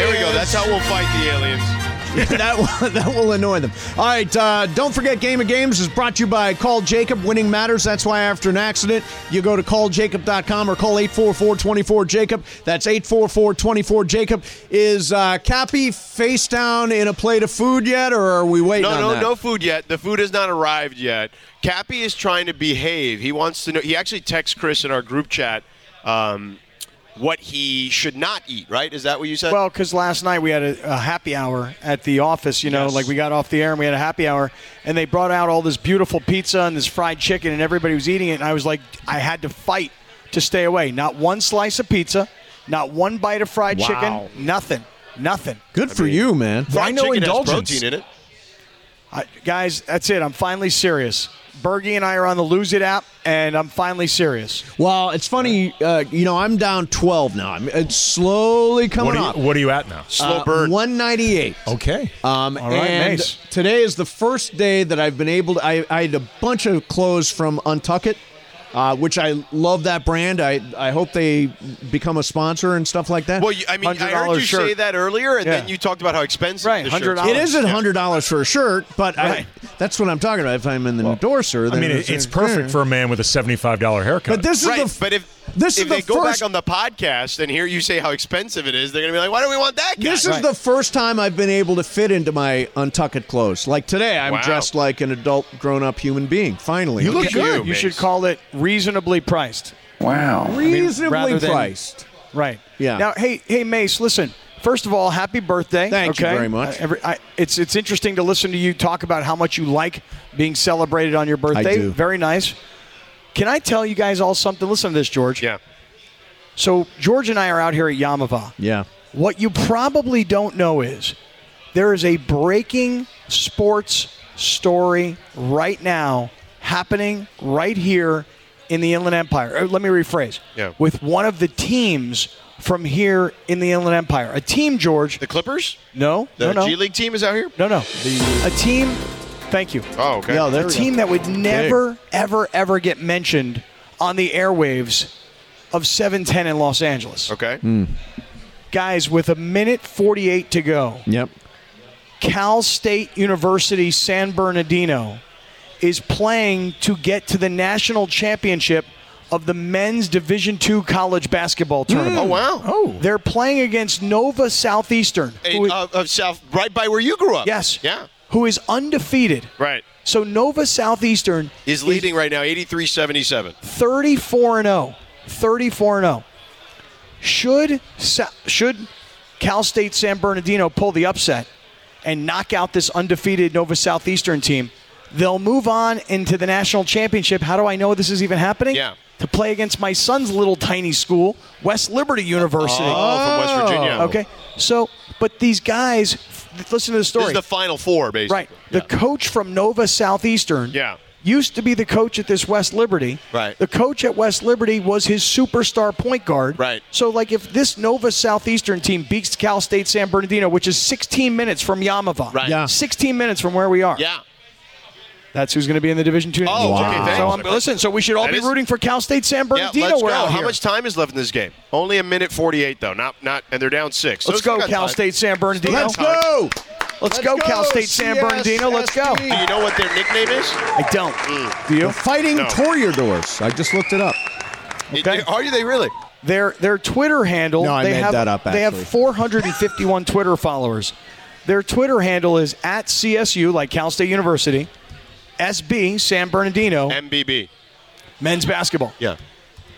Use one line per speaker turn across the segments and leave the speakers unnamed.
That will fight the aliens.
that will, that will annoy them. All right, uh, don't forget Game of Games is brought to you by Call Jacob. Winning matters. That's why after an accident, you go to calljacob.com or call 844-24-JACOB. That's 844-24-JACOB. Is uh, Cappy face down in a plate of food yet, or are we waiting
No,
on
no,
that?
no food yet. The food has not arrived yet. Cappy is trying to behave. He wants to know. He actually texts Chris in our group chat um, what he should not eat. Right? Is that what you said?
Well, because last night we had a, a happy hour at the office. You know,
Yes.
like we got off the air and we had a happy hour, and they brought out all this beautiful pizza and this fried chicken, and everybody was eating it. And I was like, I had to fight to stay away. Not one slice of pizza, not one bite of fried
Wow.
chicken, nothing, nothing.
Good for you, man.
Fried
Why no
chicken has
indulgence?
protein in it.
I, guys, that's it. I'm finally serious. Bergie and I are on the Lose It app, and I'm finally serious.
Well, it's funny. Uh, you know, I'm down 12 now. I'm, it's slowly coming
What
up. Uh,
are, you, what are you at now?
Slow burn.
198.
Okay.
Um,
All right,
and
nice.
today is the first day that I've been able to. I, I had a bunch of clothes from Untuckit, uh, which I love that brand. I, I hope they become a sponsor and stuff like that.
Well, you, I mean, I heard
$100
you say
shirt.
that earlier, and
Yeah.
then you talked about how expensive
Right,
the shirts
$100.
are.
it is at hundred dollars for a shirt, but
Right.
I, that's what I'm talking about. If I'm an endorser,
I
then
mean, it, it's perfect for a man with a seventy-five dollar haircut.
But this is
Right,
the.
but if
this
if
is
they
the
go
first
back on the podcast and hear you say how expensive it is, they're gonna be like, "Why do we want that guy?"
This is the first time I've been able to fit into my untucked clothes. Like today, I'm
Wow.
dressed like an adult, grown-up human being. Finally,
You look
Okay.
at you,
good.
You
Mace.
should call it reasonably priced.
reasonably
rather than-
priced.
Right.
Yeah.
Now, hey, hey, Mace, listen. First of all, happy birthday.
Thank you
okay?
very much.
Uh, every- I- it's it's interesting to listen to you talk about how much you like being celebrated on your birthday.
do.
Very nice. Can I tell you guys all something? Listen to this, George.
yeah.
So George and I are out here at Yamava.
Yeah.
What you probably don't know is there is a breaking sports story right now happening right here in the Inland Empire. Uh, Let me rephrase.
Yeah.
With one of the teams from here in the Inland Empire. A team, George.
The Clippers,
No,
the
no, no.
G League team is out here.
No, no. a team. Thank you.
Oh, okay.
Yeah, there
a
we go.
team that would never, ever, ever get mentioned on the airwaves of 710 in Los Angeles.
okay.
Hmm.
Guys, with a minute 48 to go,
Yep.
Cal State University San Bernardino is playing to get to the national championship of the men's Division II college basketball tournament.
Oh wow.
oh,
They're playing against Nova Southeastern.
A-
who is-
of, of South, right by where you grew up.
yes.
uh, Yeah.
Who is undefeated.
Right.
So Nova Southeastern
Is leading right now, 83-77.
34 and 0. 34 and 0. Should Sa- should Cal State San Bernardino pull the upset and knock out this undefeated Nova Southeastern team, they'll move on into the national championship. How do I know this is even happening?
Yeah.
To play against my son's little tiny school, West Liberty University.
Oh, from West Virginia.
Okay. So, but these guys, f- listen to the story.
This is the Final Four, basically.
Right. The coach from Nova Southeastern
Yeah.
used to be the coach at this West Liberty.
Right.
The coach at West Liberty was his superstar point guard.
Right.
So, like, if this Nova Southeastern team beats Cal State San Bernardino, which is 16 minutes from Yamava,
Right. Yeah.
16 minutes from where we are,
Yeah.
that's who's going to be in the Division
Oh,
Two. next year.
okay, thanks.
So, um, listen, so we should all
That
be
is-
rooting for Cal State
Yeah,
San Bernardino.
let's
We're
go.
out
How
here.
much time is left in this game? Only a minute 48, though. Not, not, and they're down six.
Let's
So
go,
it's got
Cal
time.
State San Bernardino.
Let's
time.
go.
Let's go, Cal State San Bernardino. Let's go.
CSST.
Do you know what their nickname is?
I don't. Do you?
The Fighting
No.
Toreadors. I just looked it up.
Okay.
Are you they really?
Their their Twitter handle.
No, I
they
made
have,
that up,
They have
actually.
451 Twitter followers. Their Twitter handle is at CSU, like Cal State University, SB San Bernardino
MBB.
men's basketball.
Yeah.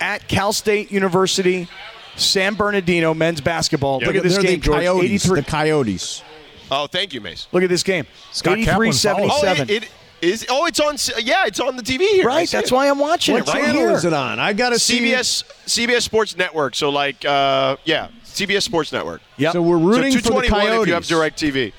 At Cal State University, San Bernardino men's basketball. Look at this
They're
game,
the
George.
Coyotes.
83.
The Coyotes.
Oh, thank you, Mace.
Look at this game.
Scott Kaplan follows.
Oh,
83-77.
it, it is. Oh, it's on. s- Yeah, it's on the TV here. I
right.
see
That's
it.
why I'm watching
What
it right
channel
here.
is it on? I got to see.
CBS CBS Sports Network. So like, uh, yeah, CBS Sports Network.
Yep.
So we're rooting
so
for the
221
Coyotes.
if you have Direct TV.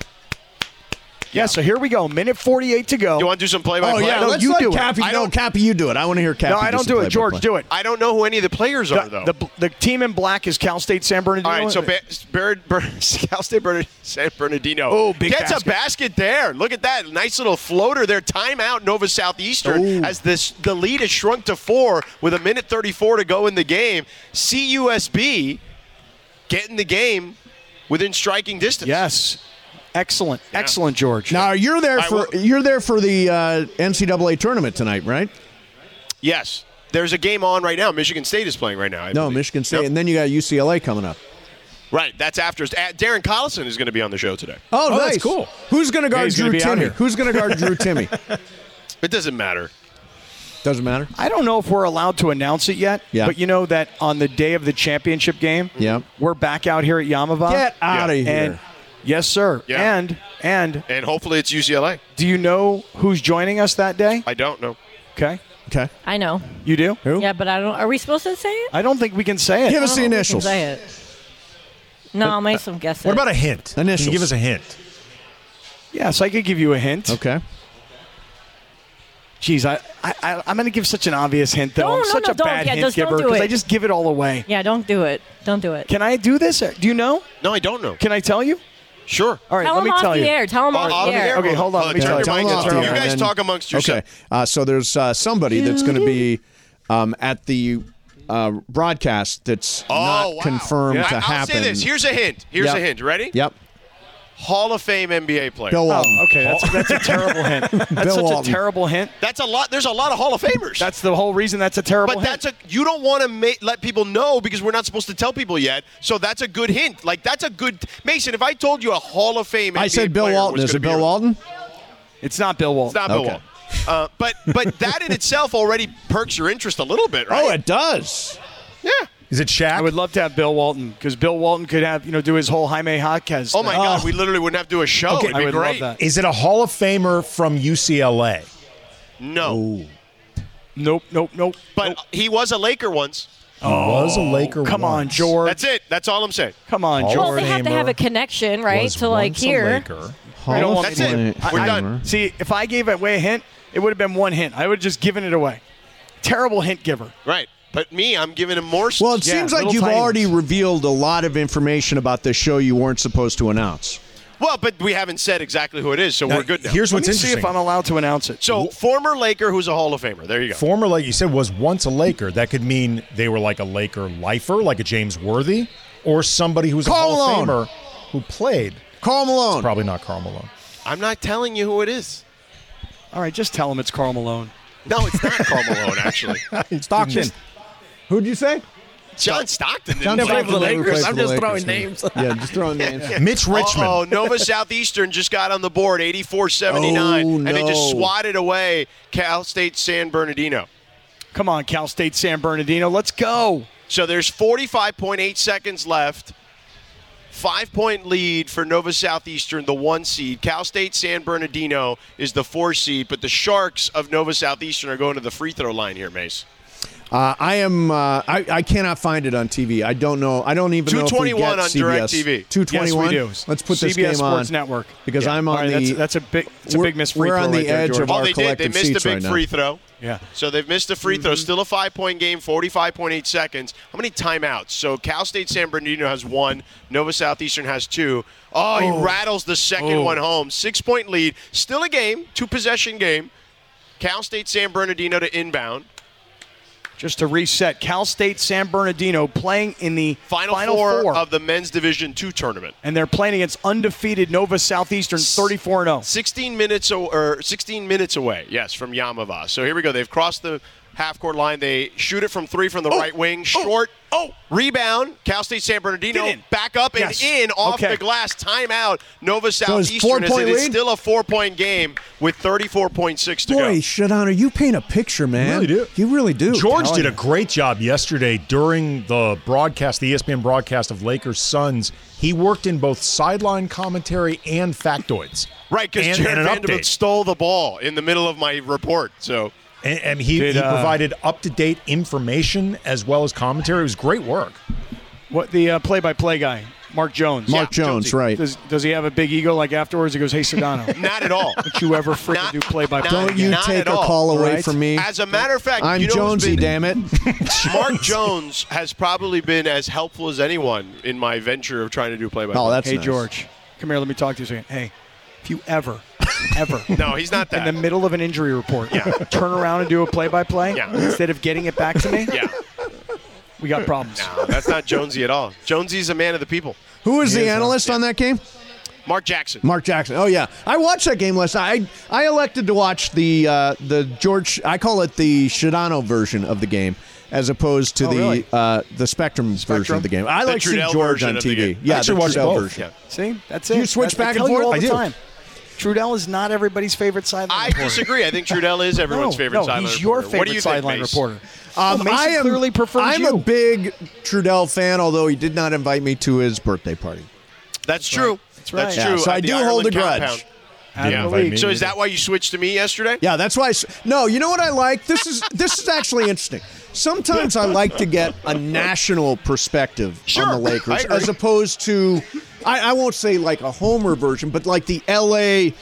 yeah. So here we go. Minute 48 to go.
You want to do some play by
Oh
play?
yeah,
No,
let's
you
let
do it.
Cappy.
I
No,
don't-
Cappy, you do it. I want to hear Cappy.
no, I don't do it. George, do it.
I don't know who any of the players are though.
The, the, the team in black is Cal State San Bernardino.
All right, so ba- Bird, Bird, Cal State Bernard, San Bernardino. Oh,
big
gets
basket.
a basket there. Look at that, nice little floater there. Timeout, Nova Southeastern,
Ooh.
as this the lead is shrunk to four with a minute thirty-four to go in the game. CUSB getting the game within striking distance.
Yes. Excellent. Excellent, George.
Now you're there
I
for
will-
you're there for the uh, NCAA tournament tonight, right?
Yes. There's a game on right now. Michigan State is playing right now. I
No,
believe.
Michigan State,
Yep.
and then you got UCLA coming up.
Right. That's after. uh, Darren Collison is going to be on the show today.
Oh,
Oh,
nice.
that's cool.
Who's going to guard
he's gonna
Drew
be out
Timmy?
here.
Who's going to guard Drew Timmy?
It doesn't matter.
Doesn't matter.
I don't know if we're allowed to announce it yet,
Yeah.
but you know that on the day of the championship game,
Yeah.
we're back out here at Yamava.
Get out of here.
And yes, sir.
Yeah.
And and
And hopefully it's UCLA.
do you know who's joining us that day?
I don't know.
Okay.
okay.
I know.
You do?
Who?
Yeah, but I don't. Are we supposed to say it?
I don't think we can say it.
Give us
I
the
don't know if we can
initials.
Say it. No, I'll make some guesses.
What about a hint? Can
Initials.
you give us a hint?
Yes, I could give you a hint.
Okay.
Jeez, I, I- I, I'm going to give such an obvious hint, though.
No,
I'm
no,
such
no,
a
don't.
bad
Yeah,
hint
just don't
giver
do
because
it.
I just give it all away.
Yeah, don't do it. Don't do it.
Can I do this? Do you know?
No, I don't know.
Can I tell you?
Sure.
All right,
tell
let
him
me
off
tell
the
you.
air. Tell him
Oh,
off
off
the
the
air.
air.
Okay, hold on.
Uh,
let me
turn
tell
your
you.
Tell
mic
them
off
off
the air.
the air,
You guys
and
talk
then-
amongst
Okay.
yourselves.
Uh, so there's uh, somebody that's going to be um, at the uh, broadcast that's
Oh,
not
wow.
confirmed
Yeah.
to
I- I'll
happen.
say this. Here's a hint. Here's
Yep.
a hint. Ready?
Yep.
Hall of Fame NBA player.
Bill Walton.
Oh, okay, that's, that's a terrible hint. That's
Bill
such
Walton.
a terrible hint.
That's a lot. There's a lot of Hall of Famers.
That's the whole reason that's a terrible
but
hint.
that's a you don't want to ma- let people know because we're not supposed to tell people yet. So that's a good hint. Like that's a good Mason. If I told you a Hall of Fame,
I
NBA
said Bill
player
Walton.
was
Is
gonna
it
be
Bill
around-
Walton?
it's not Bill Walton.
It's not Bill
Okay.
Walton. Uh, but but that in itself already perks your interest a little bit, right?
Oh, it does.
yeah.
Is it Shaq?
I would love to have Bill Walton because Bill Walton could have you know do his whole Jaime Jaquez.
Oh my
thing.
God, we literally wouldn't have to do a show. It'd
I
be
would
great.
love that.
Is it a Hall of Famer from UCLA?
No,
Nope, nope, nope.
but
nope.
he was a Laker once.
He was a Laker.
come on,
once.
George.
That's it. That's all I'm saying.
Come on,
All
well,
George.
they have to have a connection, right?
Was
To like
once a
here.
Laker.
I don't want
That's it.
Hall of
We're
Famer.
done.
See, if I gave away a hint, it would have been one hint. I would have just given it away. Terrible hint giver.
Right. But me, I'm giving him more.
Well, it
Yeah,
seems like
little
you've
tiny
already
ones.
revealed a lot of information about this show you weren't supposed to announce.
well, but we haven't said exactly who it is, so
Now,
we're good now.
Here's
Let
what's
me see
interesting.
if I'm allowed to announce it.
so former Laker who's a Hall of Famer. There you go.
Former, like you said, was once a Laker. That could mean they were like a Laker lifer, like a James Worthy, or somebody who's
Karl
a Hall
Malone.
of Famer who played.
Carl Malone.
Probably not Carl Malone.
I'm not telling you who it is.
all right, just tell him it's Carl Malone.
No, it's not Carl Malone, actually.
Stockton. Who'd you say?
John Stockton. didn't
John
play
Stockton
for the
never
Lakers.
played
I'm
for the
just
Lakers,
throwing
no.
names.
Yeah, just throwing names.
Mitch Richmond.
Oh, Nova Southeastern just got on the board, 84-79,
Oh,
and they
no.
just swatted away Cal State San Bernardino.
Come on, Cal State San Bernardino. Let's go.
So there's 45.8 seconds left. Five point lead for Nova Southeastern, the one seed. Cal State San Bernardino is the four seed, but the Sharks of Nova Southeastern are going to the free throw line here, Mace.
Uh, I am. Uh, I, I cannot find it on TV. I don't know. I don't even know. if we
221
get
on
CBS.
DirecTV.
Two
Yes,
twenty-one.
we do.
Let's put this
CBS
game on.
Sports Network.
Because I'm
All
on
right,
the.
that's, that's a big. It's a
we're-
big miss free
we're
throw
on the
right there,
edge
George.
of our
they did. They
collective
missed a
seats
big
right now.
free throw.
Yeah.
So they've missed a free throw. Still a five point game, 45.8 seconds. How many timeouts? So Cal State San Bernardino has one. Nova Southeastern has two. Oh, he rattles the second one home. Six point lead. Still a game, two possession game. Cal State San Bernardino to inbound.
Just to reset, Cal State San Bernardino playing in the
Final, four, of the men's Division two tournament.
and they're playing against undefeated Nova Southeastern oh. 34 0.
16 minutes o- or 16 minutes away. Yes, from Yamava. So here we go. They've crossed the half court line. They shoot it from three from the right wing. Short.
oh.
Rebound. Cal State San
Get
Bernardino
in.
back up and
Yes.
in off
Okay.
the glass. Timeout. Nova
it's
Southeastern. as it
four-point
is
lead?
still a four-point game with 34.6 to
Boy,
go.
Shadowner, you paint a picture, man.
really do.
You really do.
George did a great job yesterday during the broadcast, the E ESPN broadcast of Lakers Suns. He worked in both sideline commentary and factoids.
Right, because
and,
Jared
and an
Vanderbilt
update.
stole the ball in the middle of my report. So
and, and he,
Did,
he
uh,
provided up to date information as well as commentary. It was great work.
What the uh, play-by-play guy, Mark Jones.
Mark Jones,
Jonesy.
right?
Does, does he have a big ego? Like afterwards, he goes, "Hey, Sedano,
not at all.
don't you ever freaking
Not-
do play-by-play?"
not-
Don't you
Not
take
at
a
all,
call away
right?
from me?
As a matter of fact,
I'm
you know who's
Jonesy,
been-
damn it.
Mark Jones has probably been as helpful as anyone in my venture of trying to do play by play.
Oh, that's
hey,
nice.
George, come here. Let me talk to you a second. Hey, if you ever, ever,
No, he's not
in
that.
the middle of an injury report,
Yeah.
turn around and do a play-by-play
Yeah.
instead of getting it back to me,
yeah.
we got problems.
No, that's not Jonesy at all. Jonesy's a man of the people.
Who was the
is, uh,
analyst on that game?
Mark Jackson.
Mark Jackson. Oh yeah, I watched that game last night. I I elected to watch the uh, the George. I call it the Shadano version of the game, as opposed to
Oh,
the
really?
uh, the Spectrum, version of the game. I
The
like to see
Trudell
George
version
on
of the
TV.
game.
Yeah,
I actually
the
watched
Trudell
both.
version.
Yeah.
See, that's it.
You switch
That-
back
I
and
tell you
forth?
all
I
the
do.
time. Trudell is not everybody's favorite sideline.
I
reporter.
disagree. I think Trudell is everyone's
no,
favorite
no,
sideline reporter.
he's your
what do
favorite
you
sideline
think, Mace?
reporter.
Um,
Um, Mason
I am,
clearly prefers
I'm
you.
a big Trudell fan, although he did not invite me to his birthday party.
That's true. That's,
right.
Yeah,
true.
so
At
I
the
do hold a
Ireland
grudge.
compound.
Out of
Yeah,
the
if I
league.
mean-
So is that why you switched to me yesterday?
Yeah, that's why. I s- no, you know what I like? This is this is actually interesting. Sometimes I like to get a national perspective on
Sure,
the
I
Lakers
agree.
as opposed to, I, I won't say like a Homer version, but like the L.A.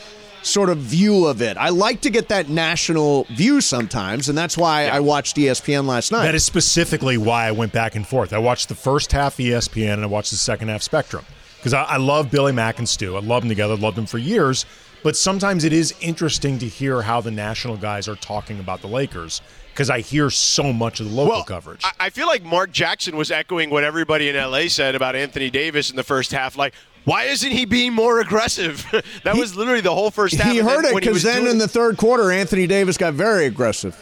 sort of view of it. I like to get that national view sometimes, and that's why I watched E ESPN last night.
That is specifically why I went back and forth. I watched the first half E ESPN and I watched the second half Spectrum because I, I love Billy Mack and Stu. I love them together, loved them for years. But sometimes it is interesting to hear how the national guys are talking about the Lakers because I hear so much of the local
Well,
coverage.
Oh, I, I feel like Mark Jackson was echoing what everybody in LA said about Anthony Davis in the first half. Like, why isn't he being more aggressive? that was literally the whole first half.
he
and
heard it
when he was
because then
doing
in
it-
the third quarter, Anthony Davis got very aggressive.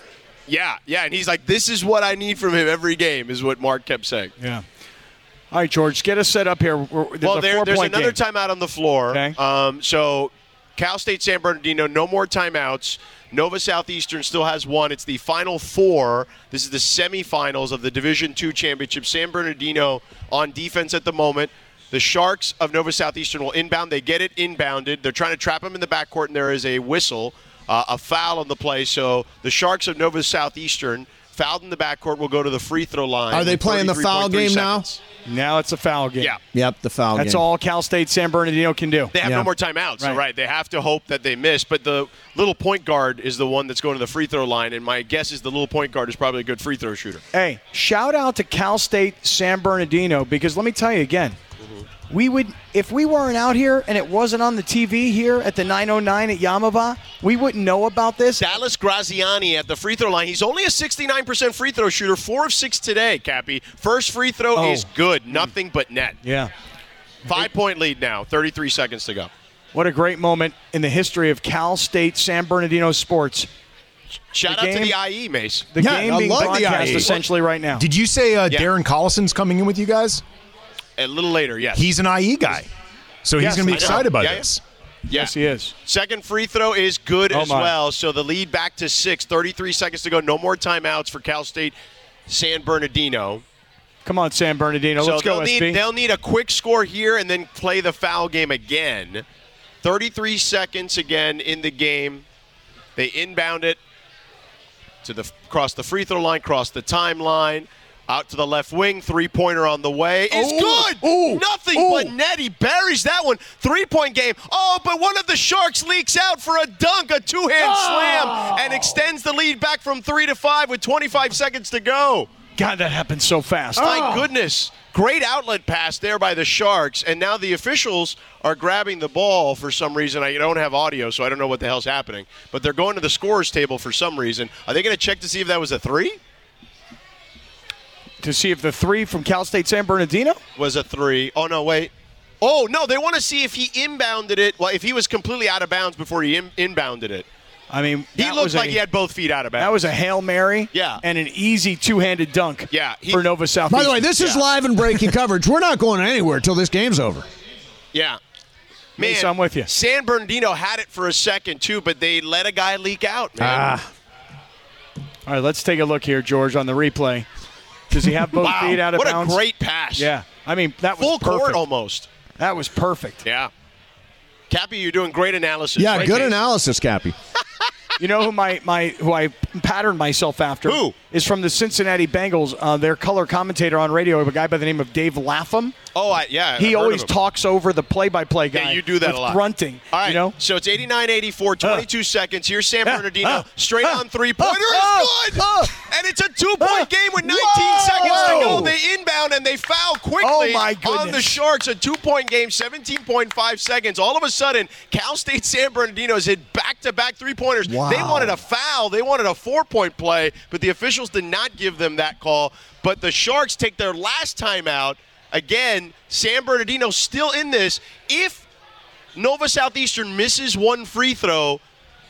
yeah, yeah, and he's like, "This is what I need from him every game," is what Mark kept saying.
Yeah. All right, George, get us set up here. We're, there's
well,
a
there, there's
four-point
another
game.
timeout on the floor.
Okay.
Um, so Cal State San Bernardino, no more timeouts. Nova Southeastern still has one. It's the final four. This is the semifinals of the Division Two championship. San Bernardino on defense at the moment. The Sharks of Nova Southeastern will inbound. They get it inbounded. They're trying to trap them in the backcourt, and there is a whistle, uh, a foul on the play. So the Sharks of Nova Southeastern fouled in the backcourt will go to the free throw line.
Are they
with
playing the foul
33.3
game now?
seconds.
Now it's a foul game.
Yeah.
Yep, the foul.
That's
game.
all Cal State San Bernardino can do.
They have
Yeah.
no more timeouts. So,
Right.
Right. They have to hope that they miss. But the little point guard is the one that's going to the free throw line. And my guess is the little point guard is probably a good free throw shooter.
Hey, shout out to Cal State San Bernardino because let me tell you again, we would if we weren't out here and it wasn't on the TV here at the 909 at Yamava, we wouldn't know about this.
Dallas Graziani at the free throw line. He's only a 69% free throw shooter, four of six today, Cappy. First free throw
Oh.
is good, nothing but net.
yeah.
Five point lead now, 33 seconds to go.
What a great moment in the history of Cal State San Bernardino sports.
Shout
The
out to
game-
the IE, Mace.
The
Yeah,
game
I
being
love the
broadcast
IE.
essentially right now.
Did you say uh,
Yeah.
Darren Collison's coming in with you guys?
A little later, yes.
He's an IE guy, so he's
Yes,
going to
I
be
know.
excited about
Yeah, yeah.
this.
Yeah.
Yes, he is.
Second free throw is good
Oh,
as
my.
well. So the lead back to six. 33 seconds to go. No more timeouts for Cal State San Bernardino.
Come on, San Bernardino.
so
Let's go,
they'll,
SB.
need, they'll need a quick score here and then play the foul game again. 33 seconds again in the game. They inbound it to the cross the free throw line, cross the timeline, out to the left wing, three pointer on the way. It's good. Nothing but net. He buries that one. Three point game. Oh, but one of the Sharks leaks out for a dunk, a two hand
Ah.
slam, and extends the lead back from three to five with 25 seconds to go.
God, that happened so fast.
My goodness. Great outlet pass there by the Sharks. And now the officials are grabbing the ball for some reason. I don't have audio, so I don't know what the hell's happening. But they're going to the scorers table for some reason. Are they going to check to see if that was a three?
To see if the three from Cal State San Bernardino.
Was a three. Oh, no, wait. Oh, no, they want to see if he inbounded it. Well, if he was completely out of bounds before he in- inbounded it.
I mean,
He
that
looked
was
like
a-
he had both feet out of bounds.
That was a Hail Mary.
Yeah.
And an easy two handed dunk.
Yeah, he-
for Nova South.
By the way, this is
Yeah.
live and breaking coverage. We're not going anywhere till this game's over.
Yeah. Man,
Mace, I'm with you.
San Bernardino had it for a second, too, but they let a guy leak out, man.
Ah, All right, let's take a look here, George, on the replay. Does he have both
wow.
feet out of
what
bounds?
a great pass.
Yeah. I mean, that was
Full
perfect.
court almost.
That was perfect.
Yeah. Cappy, you're doing great analysis.
Yeah,
Great
good
case.
analysis, Cappy.
You know who my, my who I patterned myself after?
Who?
Is from the Cincinnati Bengals. Uh, their color commentator on radio, a guy by the name of Dave Lapham.
Oh, I, yeah. I've
He
heard of
always
him.
talks over the play-by-play guy.
Yeah, you do that
with
a lot.
Grunting.
All right.
You know.
So it's 89 84, 22 seconds. Here's San
Ah,
Bernardino.
ah,
straight
ah,
on three pointer.
ah,
is good.
ah,
and it's a two point
ah,
game with 19
whoa!
seconds to go. They inbound and they foul quickly
Oh, my
on the
goodness.
Sharks. A two point game, 17.5 seconds. All of a sudden, Cal State San Bernardino has hit back to back three pointers.
Wow.
They wanted a foul, they wanted a four point play, but the officials did not give them that call. But the Sharks take their last timeout. Again, San Bernardino still in this. If Nova Southeastern misses one free throw,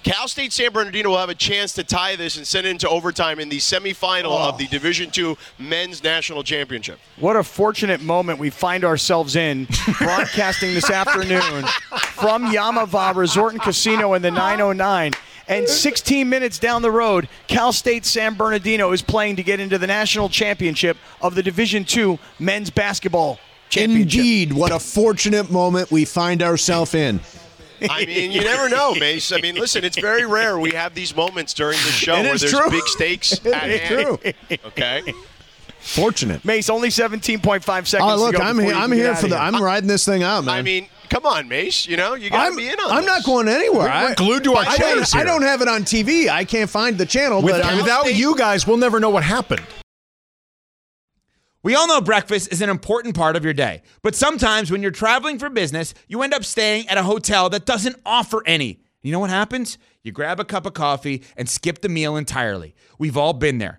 Cal State San Bernardino will have a chance to tie this and send it into overtime in the semifinal of
Oh.
the Division II Men's National Championship.
What a fortunate moment we find ourselves in broadcasting this afternoon from Yamava Resort and Casino in the 909. And 16 minutes down the road, Cal State San Bernardino is playing to get into the national championship of the Division II men's basketball championship.
Indeed, what a fortunate moment we find ourselves in.
I mean, you never know, Mace. I mean, listen, it's very rare we have these moments during the show
It
where
is
there's
true.
big stakes
It
at
is
hand.
true.
Okay.
Fortunate.
Mace, only 17.5 seconds
Oh, look,
to go
I'm
before
here.
you can
I'm
get
here
out
for
of
the.
here.
I'm riding this thing out, man.
I mean, come on, Mace. You know, you got
I'm,
to be in on
I'm
this.
not going anywhere. I-
We're glued to our
I
chairs
don't,
here.
I don't have it on TV. I can't find the channel. But
Without,
I'm-
without you guys, we'll never know what happened.
We all know breakfast is an important part of your day, but sometimes when you're traveling for business, you end up staying at a hotel that doesn't offer any. You know what happens? You grab a cup of coffee and skip the meal entirely. We've all been there.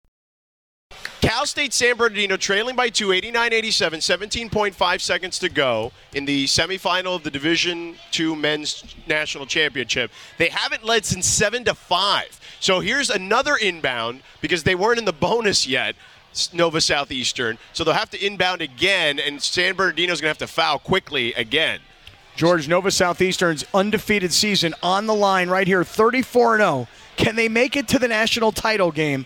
Cal State San Bernardino trailing by two, 89-87, 17.5 seconds to go in the semifinal of the Division II Men's National Championship. They haven't led since 7 to 5. So here's another inbound because they weren't in the bonus yet. Nova Southeastern. So they'll have to inbound again and San Bernardino's going to have to foul quickly again.
George Nova Southeastern's undefeated season on the line right here, 34 0. Can they make it to the national title game?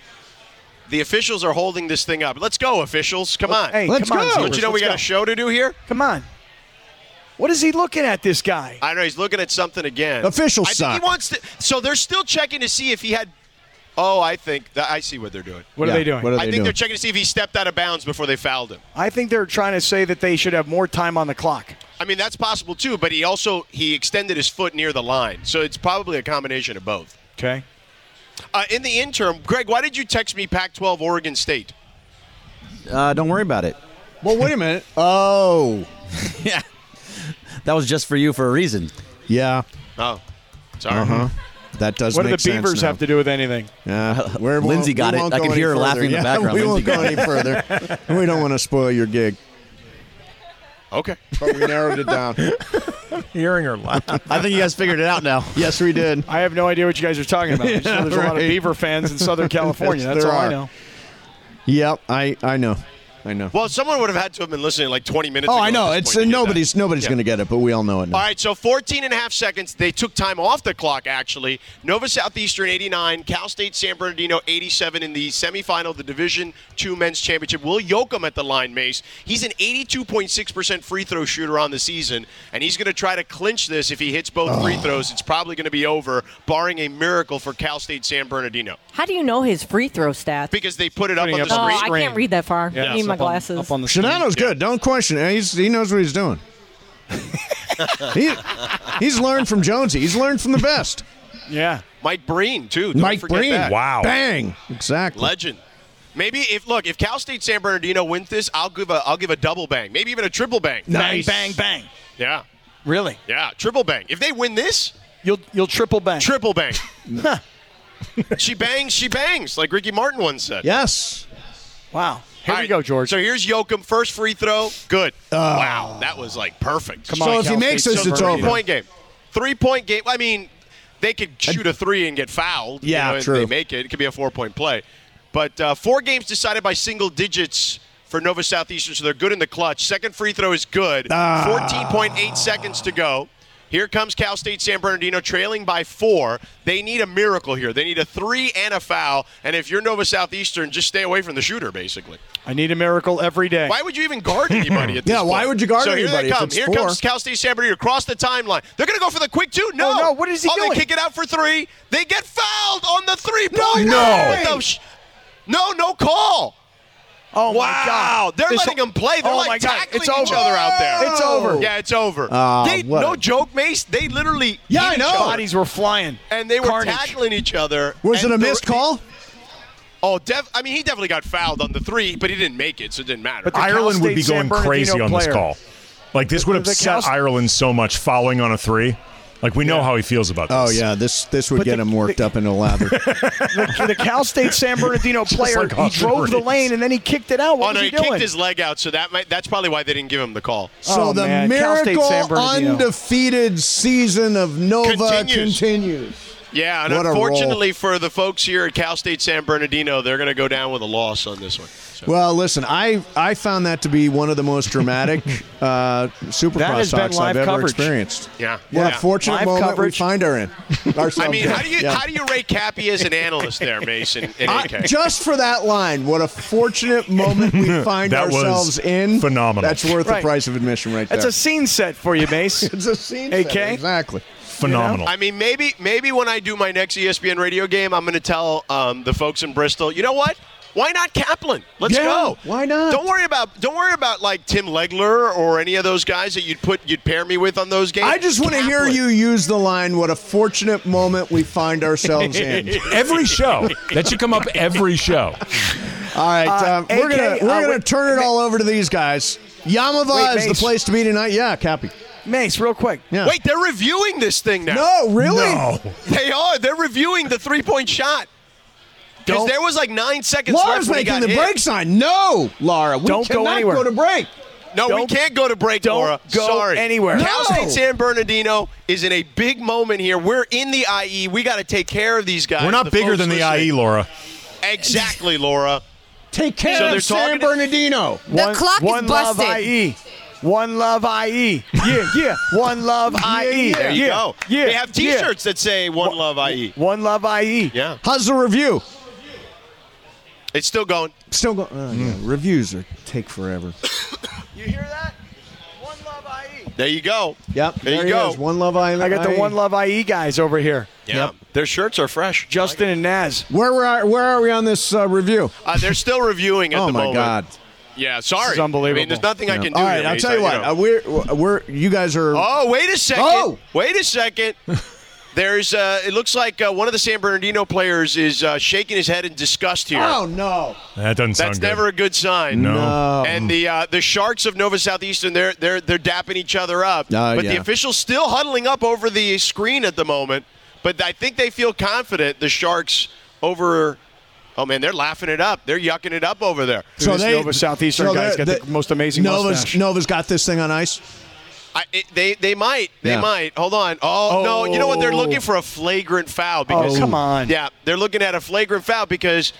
The officials are holding this thing up. Let's go officials. Come on.
Hey,
Let's
come on,
go.
Zebras,
Don't you know we
let's
got
go.
a show to do here?
Come on. What is he looking at, this guy?
I know he's looking at something again.
Official
I think
suck.
he wants to. So they're still checking to see if he had. Oh, I think that, I see what they're doing.
What
Yeah,
are they doing?
what are
I
they
think
doing?
they're checking to see if he stepped out of bounds before they fouled him.
I think they're trying to say that they should have more time on the clock.
I mean, that's possible too. But he also he extended his foot near the line, so it's probably a combination of both.
Okay.
Uh, in the interim, Greg, why did you text me Pac-12 Oregon State?
Uh, don't worry about it.
well, wait a minute. Oh,
That was just for you for a reason.
yeah.
Oh, sorry.
Uh-huh. That does
What do
make
the Beavers have to do with anything?
Uh, we're,
Lindsay
won't-
got
we
it.
won't
I
go
could
any
hear her
further.
laughing in the
Yeah,
background.
We
Lindsay
won't go
got
any further. we don't want to spoil your gig,
Okay.
but we narrowed it down.
Hearing her laugh.
I think you guys figured it out now.
Yes, we did.
I have no idea what you guys are talking about. I just know there's a lot of
right.
Beaver fans in Southern California.
Yes,
That's
there
all I
are.
know.
Yep, I I know, I know.
Well, someone would have had to have been listening like 20 minutes.
Oh,
ago
I
at
know.
this
It's
point
uh,
to get that.
nobody's nobody's
Yeah.
going to get it, but we all know it now.
All right, so 14 and a half seconds. They took time off the clock, actually. Nova Southeastern 89, Cal State San Bernardino 87 in the semifinal of the Division II Men's Championship. Will Yoakum at the line, Mace. He's an 82.6% free throw shooter on the season, and he's going to try to clinch this. If he hits both
Oh.
free throws, it's probably going to be over, barring a miracle for Cal State San Bernardino,
How do you know his free throw stats?
because they put it up on
Putting
the
it
oh,
on
screen.
I can't read that far. I need
It's
my
up on-
glasses.
up on the screen.
Shenano's good. Don't question it. He's, he knows what he's doing. he, he's learned from Jonesy. He's learned from the best.
Yeah.
Mike Breen, too. Don't
Mike
forget
Breen.
that.
Wow.
Bang. Exactly.
Legend. Maybe if look if Cal State San Bernardino wins this, I'll give a I'll give a double bang, maybe even a triple bang.
Nice.
Bang, bang, bang.
Yeah,
Really?
yeah, triple bang. If they win this,
You'll you'll triple bang.
triple bang. she bangs, she bangs, like Ricky Martin once said.
Yes.
wow. Here
All
we
right,
go, George.
So here's Yoakum first free throw. Good. wow, that was like perfect.
Come
Oh. So
on,
if he
Cal
makes
State
this,
San
it's
three
Bernardino.
over.
point game. Three point game. I mean, they could shoot a three and get fouled. you
Yeah,
know, if
true.
they make it, it could be a four point play. But uh, four games decided by single digits for Nova
Ah.
Southeastern, so they're good in the clutch. Second free throw is good. 14.8 seconds to go. Here comes Cal State San Bernardino trailing by four. They need a miracle here. They need a three and a foul. And if you're Nova Southeastern, just stay away from the shooter, basically.
I need a miracle every day.
Why would you even guard anybody at this
Yeah,
point?
why would you guard
so Here
anybody if
they come.
it's
Here
four?
comes Cal State San Bernardino across the timeline. They're going to go for the quick two. No.
no. What is he
oh,
doing?
they kick it out for three. They get fouled on the three point.
No way.
no, no call.
Oh
Wow.
my God!
They're
This-
letting them play. They're
oh
like
my God.
tackling
It's
each
over.
other out there.
It's over.
Yeah, it's over. they,
Ah, what
no
a-
joke, Mace. They literally
Yeah,
hit
I
each
know.
other.
Bodies were flying,
and they were
Carnage.
tackling each other.
Was
And
it a
the-
missed call?
Oh, def- I mean, he definitely got fouled on the three, but he didn't make it, so it didn't matter.
the Cal
Ireland would be
State San
going crazy
Bernardino
on this
player.
call. Like this would
The- the
upset
Cal-
Ireland so much following on a three. Like we know how he feels about this.
Oh yeah, this this would get
the-
him worked up in a lather.
the, the Cal State San Bernardino player,
like
he
Austin
drove the
Reeves.
lane and then he kicked it out.
oh
What
no,
was
he,
he, doing?
kicked his leg out, so that might, that's probably why they didn't give him the call.
So
Oh,
the
man. Cal State
miracle
San Bernardino.
undefeated season of Nova
Continues.
continues.
Yeah, and
What a
unfortunately for the folks here at Cal State San Bernardino, they're going to go down with a loss on this one. So-
Well, listen, I I found that to be one of the most dramatic uh,
That
Supercross
has been
talks I've
live
ever
coverage.
experienced.
Yeah.
What
Yeah.
a fortunate
Live
moment
coverage.
we find her in. Ourselves
I mean,
in.
how do you
Yeah.
how do you rate Cappy as an analyst there, Mason? In
I-
AK?
just for that line, what a fortunate moment we find
That was
ourselves in.
phenomenal.
That's worth the
Right.
price of admission, right
That's
there.
a scene set for you, Mace.
it's a scene.
AK?
setter, exactly.
Phenomenal.
I mean, maybe maybe when I do my next E ESPN radio game, I'm going to tell um, the folks in Bristol. You know what? Why not Kaplan? Let's
Yeah,
go.
why not?
Don't worry about don't worry about like Tim Legler or any of those guys that you'd put you'd pair me with on those games.
I just want to hear
Kaplan.
you use the line, what a fortunate moment we find ourselves in.
Every show. That should come up every show.
All right, uh,
Uh,
we're
AK,
gonna
uh,
we're gonna
wait,
turn it all over to these guys. Yamava
Wait,
is the
Mace.
place to be tonight. Yeah, Cappy.
Mace, real quick.
Yeah.
Wait, they're reviewing this thing now.
No, really?
No.
They are. They're reviewing the three point shot. Because
Don't-
there was like nine seconds
Laura's
left when he
making
got
the
hit.
break sign. No, Laura, we
Don't go
cannot
anywhere.
go to break.
No, we
Don't-
can't go to break,
don't
Laura.
go
Sorry.
anywhere.
Cal
No.
State San Bernardino is in a big moment here. We're in the IE. We got to take care of these guys.
We're not
The
bigger
folks
than the E. IE,
listening.
Laura.
Exactly, Laura.
Take care
So they're
of San
talking to-
Bernardino.
The clock is
one love
busted.
IE. One love IE. Yeah, yeah. One love IE.
E. There you
yeah,
go.
Yeah.
they have
yeah.
T-shirts that say "One Love IE."
One love E. IE.
Yeah,
How's the review?
it's still going.
Still going. oh, yeah,
Mm.
Reviews are take forever.
You hear that? One love IE.
There you go.
Yep.
There, you
he
go.
is. One love island.
I got the one love IE guys over here.
yeah. Their shirts are fresh.
Justin and Naz.
Where were I, where are we on this uh, review?
Uh, they're still reviewing at
oh
the
my
moment.
God.
Yeah. Sorry.
is unbelievable.
I mean, there's nothing I can do.
All right,
here,
I'll
Mace.
tell you
I-
what.
know.
uh, we're we're you guys are.
Oh, wait a second.
Oh!
Wait a second. There's. Uh, it looks like uh, one of the San Bernardino players is uh, shaking his head in disgust here.
Oh, no.
That doesn't sound
That's
good.
never a good sign.
No. No.
And the uh, the sharks of Nova Southeastern, they're they're they're dapping each other up.
Oh,
but the
yeah.
officials still huddling up over the screen at the moment. But I think they feel confident. The sharks over. Oh man, they're laughing it up. They're yucking it up over there.
this Nova Southeastern guy's
they're-
got the
they-
most amazing
Nova's,
mustache.
Nova's got this thing on ice.
I, it, they they might they
Yeah.
might hold on. Oh, no, you know what? They're
Oh.
looking for a flagrant foul because
come on.
Yeah, they're looking at a flagrant foul because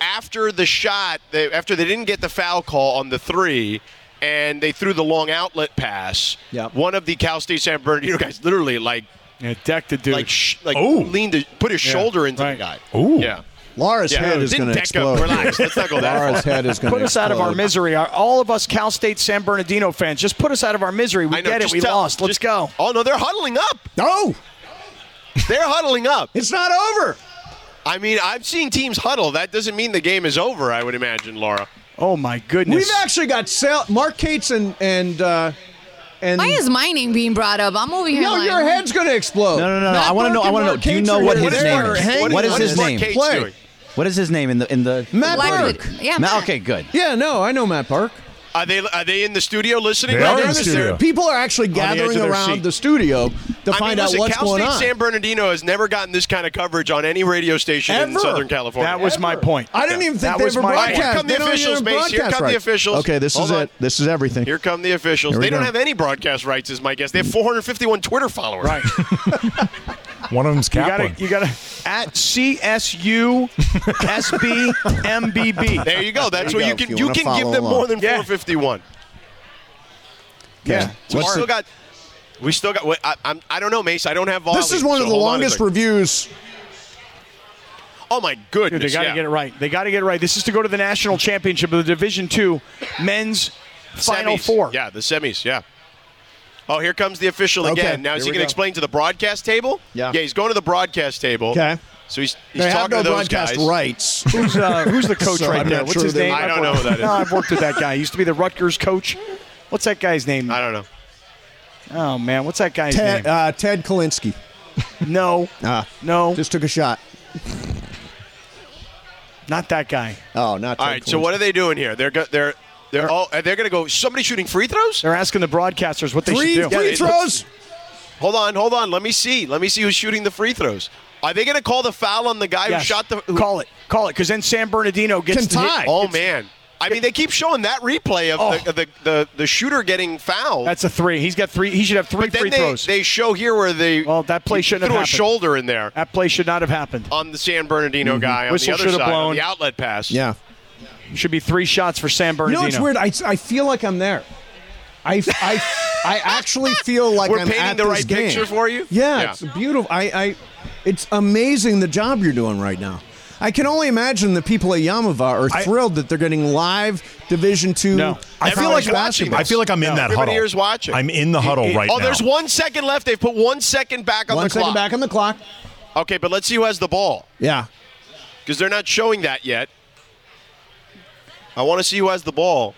after the shot, they, after they didn't get the foul call on the three. And they threw the long outlet pass.
Yeah.
One of the Cal State San Bernardino guys literally like
Yeah, deck the dude.
like sh- like
Oh.
leaned to, put his shoulder into
right.
the guy.
Ooh.
Yeah.
Laura's
Yeah.
head is
Didn't
going to
deck up.
explode.
Relax. Let's not go that far.
Laura's head is going to
put us out of our misery. Our- all of us Cal State San Bernardino fans, just put us out of our misery. We
I know,
get it.
just
We
tell-
lost. Let's
just-
go.
Oh no, they're huddling up.
No,
They're huddling up.
it's not over.
I mean, I've seen teams huddle. That doesn't mean the game is over. I would imagine, Laura.
Oh my goodness.
We've actually got Sal- Mark Cates and and uh, and.
Why is my name being brought up? I'm over here.
no,
like,
your head's going to explode.
No, no, no, no.
Not
I wanna
Mark
know- I
and
wanna know.
Mark
Do you
Cates
know
are
what
here.
his
They
name
are
is?
hanging
What is
on
his
this-
Mark
name?
Kate's
Play.
doing?
What is his name in the in the?
Matt
the
Burke.
group?
Yeah,
Ma-
Matt.
Okay, good.
Yeah, no, I know Matt Park.
Are they are they in the studio listening?
They
right
are
now?
in the
Is there-
studio.
People are actually
edge of
gathering
their
around
seat.
the studio to
I
find
mean,
out
listen,
what's
Cal
going
State
on.
San Bernardino has never gotten this kind of coverage on any radio station in
Ever.
Southern California.
That was my point.
I didn't even think
That
they
was
were
my point.
broadcast.
All right, here come the
They don't even
officials, Mace. Here
broadcast
come the
right.
officials.
Okay, this
Hold
is
on.
it. This is everything.
Here come the officials.
Here we
They don't
go.
have any broadcast rights, is my guess. They have 451 Twitter followers.
Right.
One of them's
You gotta,
Kaplan.
you gotta at CSU SB MBB.
There you go. That's
There
what
you go,
you can
if you
you, can
wanna
give
follow
them
along.
more than
Yeah.
451.
Yeah.
So we
What's
still
the-
got We still got. wait, I, I'm. I don't know, Mace. I don't have volume.
This is one
so
of the
hold on a
longest
second.
reviews.
oh my goodness!
Dude, they got to
yeah.
get it right. They got to get it right. This is to go to the national championship of the Division Two men's final
Semis.
four.
Yeah, the semis. Yeah. Oh, here comes the official
Okay,
again. Now is
here
he
we
going to
go.
explain to the broadcast table?
Yeah.
Yeah, he's going to the broadcast table.
Okay.
So he's, he's
They have
talking
no
to those
broadcast
guys.
rights.
Who's, uh, who's the coach
So
right
I'm
there?
not
What's
sure
his
they-
name?
I
I've
don't know
worked-
who that is.
No, I've worked with that guy. He used to be the Rutgers coach. What's that guy's name?
I don't know.
Oh man, what's that guy's
Ted,
name?
uh, Ted Kalinske.
no,
Ah,
no,
just took a shot.
not that guy.
Oh, not. Ted
All right. So
Kalinske.
what are they doing here? They're go- they're they're all they're going to go. Somebody shooting free throws?
They're asking the broadcasters what they
Free
should do.
free
it
throws.
Hold on, hold on. Let me see. Let me see who's shooting the free throws. Are they going to call the foul on the guy
Yes.
who shot the? Who,
Call it, call it, because then San Bernardino gets
Can
the hit.
tie.
Oh man. I mean, they keep showing that replay of
Oh.
the, the, the the shooter getting fouled.
That's a three. He's got three. He should have three
But then
free
they,
throws.
they show here where they
Well, that play
he
shouldn't have
threw a
happened.
shoulder in there
that play should not have happened.
on the San Bernardino
Mm-hmm.
guy on
Whistle
the other
should have
side, on
blown.
the outlet pass.
Yeah.
Should be three shots for San
You
Bernardino.
know, it's weird. I, I feel like I'm there. I, I, I actually feel like
We're
I'm
painting
at
the
this
right
game.
picture for you?
Yeah,
Yeah.
it's beautiful. I, I, it's amazing the job you're doing right now. I can only imagine the people at Yamava are thrilled that they're getting live Division Two.
No.
I feel like
college
watching
basketball.
I feel like I'm in that
Everybody
huddle.
here is watching.
I'm in the huddle right
oh,
now.
there's one second left. They've put one second back on
one
the
second
clock.
back on the clock.
Okay, but let's see who has the ball
Yeah,
because they're not showing that yet. I want to see who has the ball.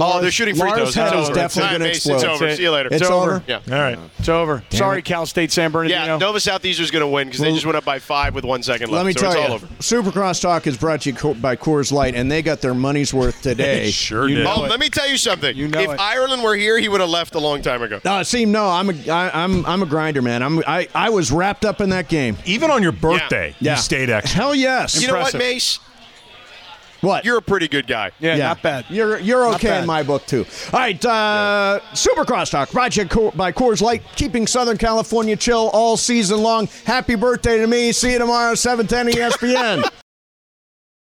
oh, they're shooting free throws.
Lars head
It's
is
over.
definitely
All right,
gonna
Mace, It's
explode.
over.
That's it.
See you later.
It's over.
Yeah.
All right.
It's over. Sorry, Cal State San
Yeah,
Bernardino.
Nova Southeastern's going to win because they just went up by five with one second left.
Let me
so
tell
it's
you,
all over.
Supercross Talk is brought to you co- by Coors Light, and they got their money's worth today.
sure
You
did.
know
Mom,
it.
Oh, let me tell you something.
You know
if
it.
Ireland were here, he would have left a long time ago.
Uh, see, no, I'm a, I, I'm, I'm a grinder, man. I'm, I, I was wrapped up in that game.
Even on your birthday,
Yeah.
you stayed extra.
Hell yes.
You know what,
Impressive.
Mace?
what?
You're a pretty good guy.
yeah, not bad.
You're you're
Not
okay
bad.
in my book too. All right, uh, Supercross Talk brought to you co- by Coors Light, keeping Southern California chill all season long. Happy birthday to me. See you tomorrow, seven ten E ESPN.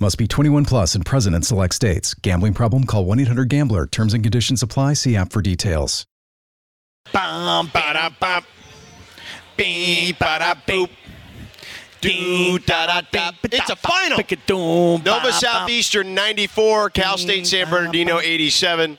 Must be 21 plus and present in select states. Gambling problem? Call 1 800 GAMBLER. Terms and conditions apply. See app for details.
Bum, ba-da-bum. Bing, ba-da-boop. Doo, da-da-da.
It's a final. Nova
Pick-a-doom, ba-da-bum.
Southeastern 94, Cal State San Bernardino 87.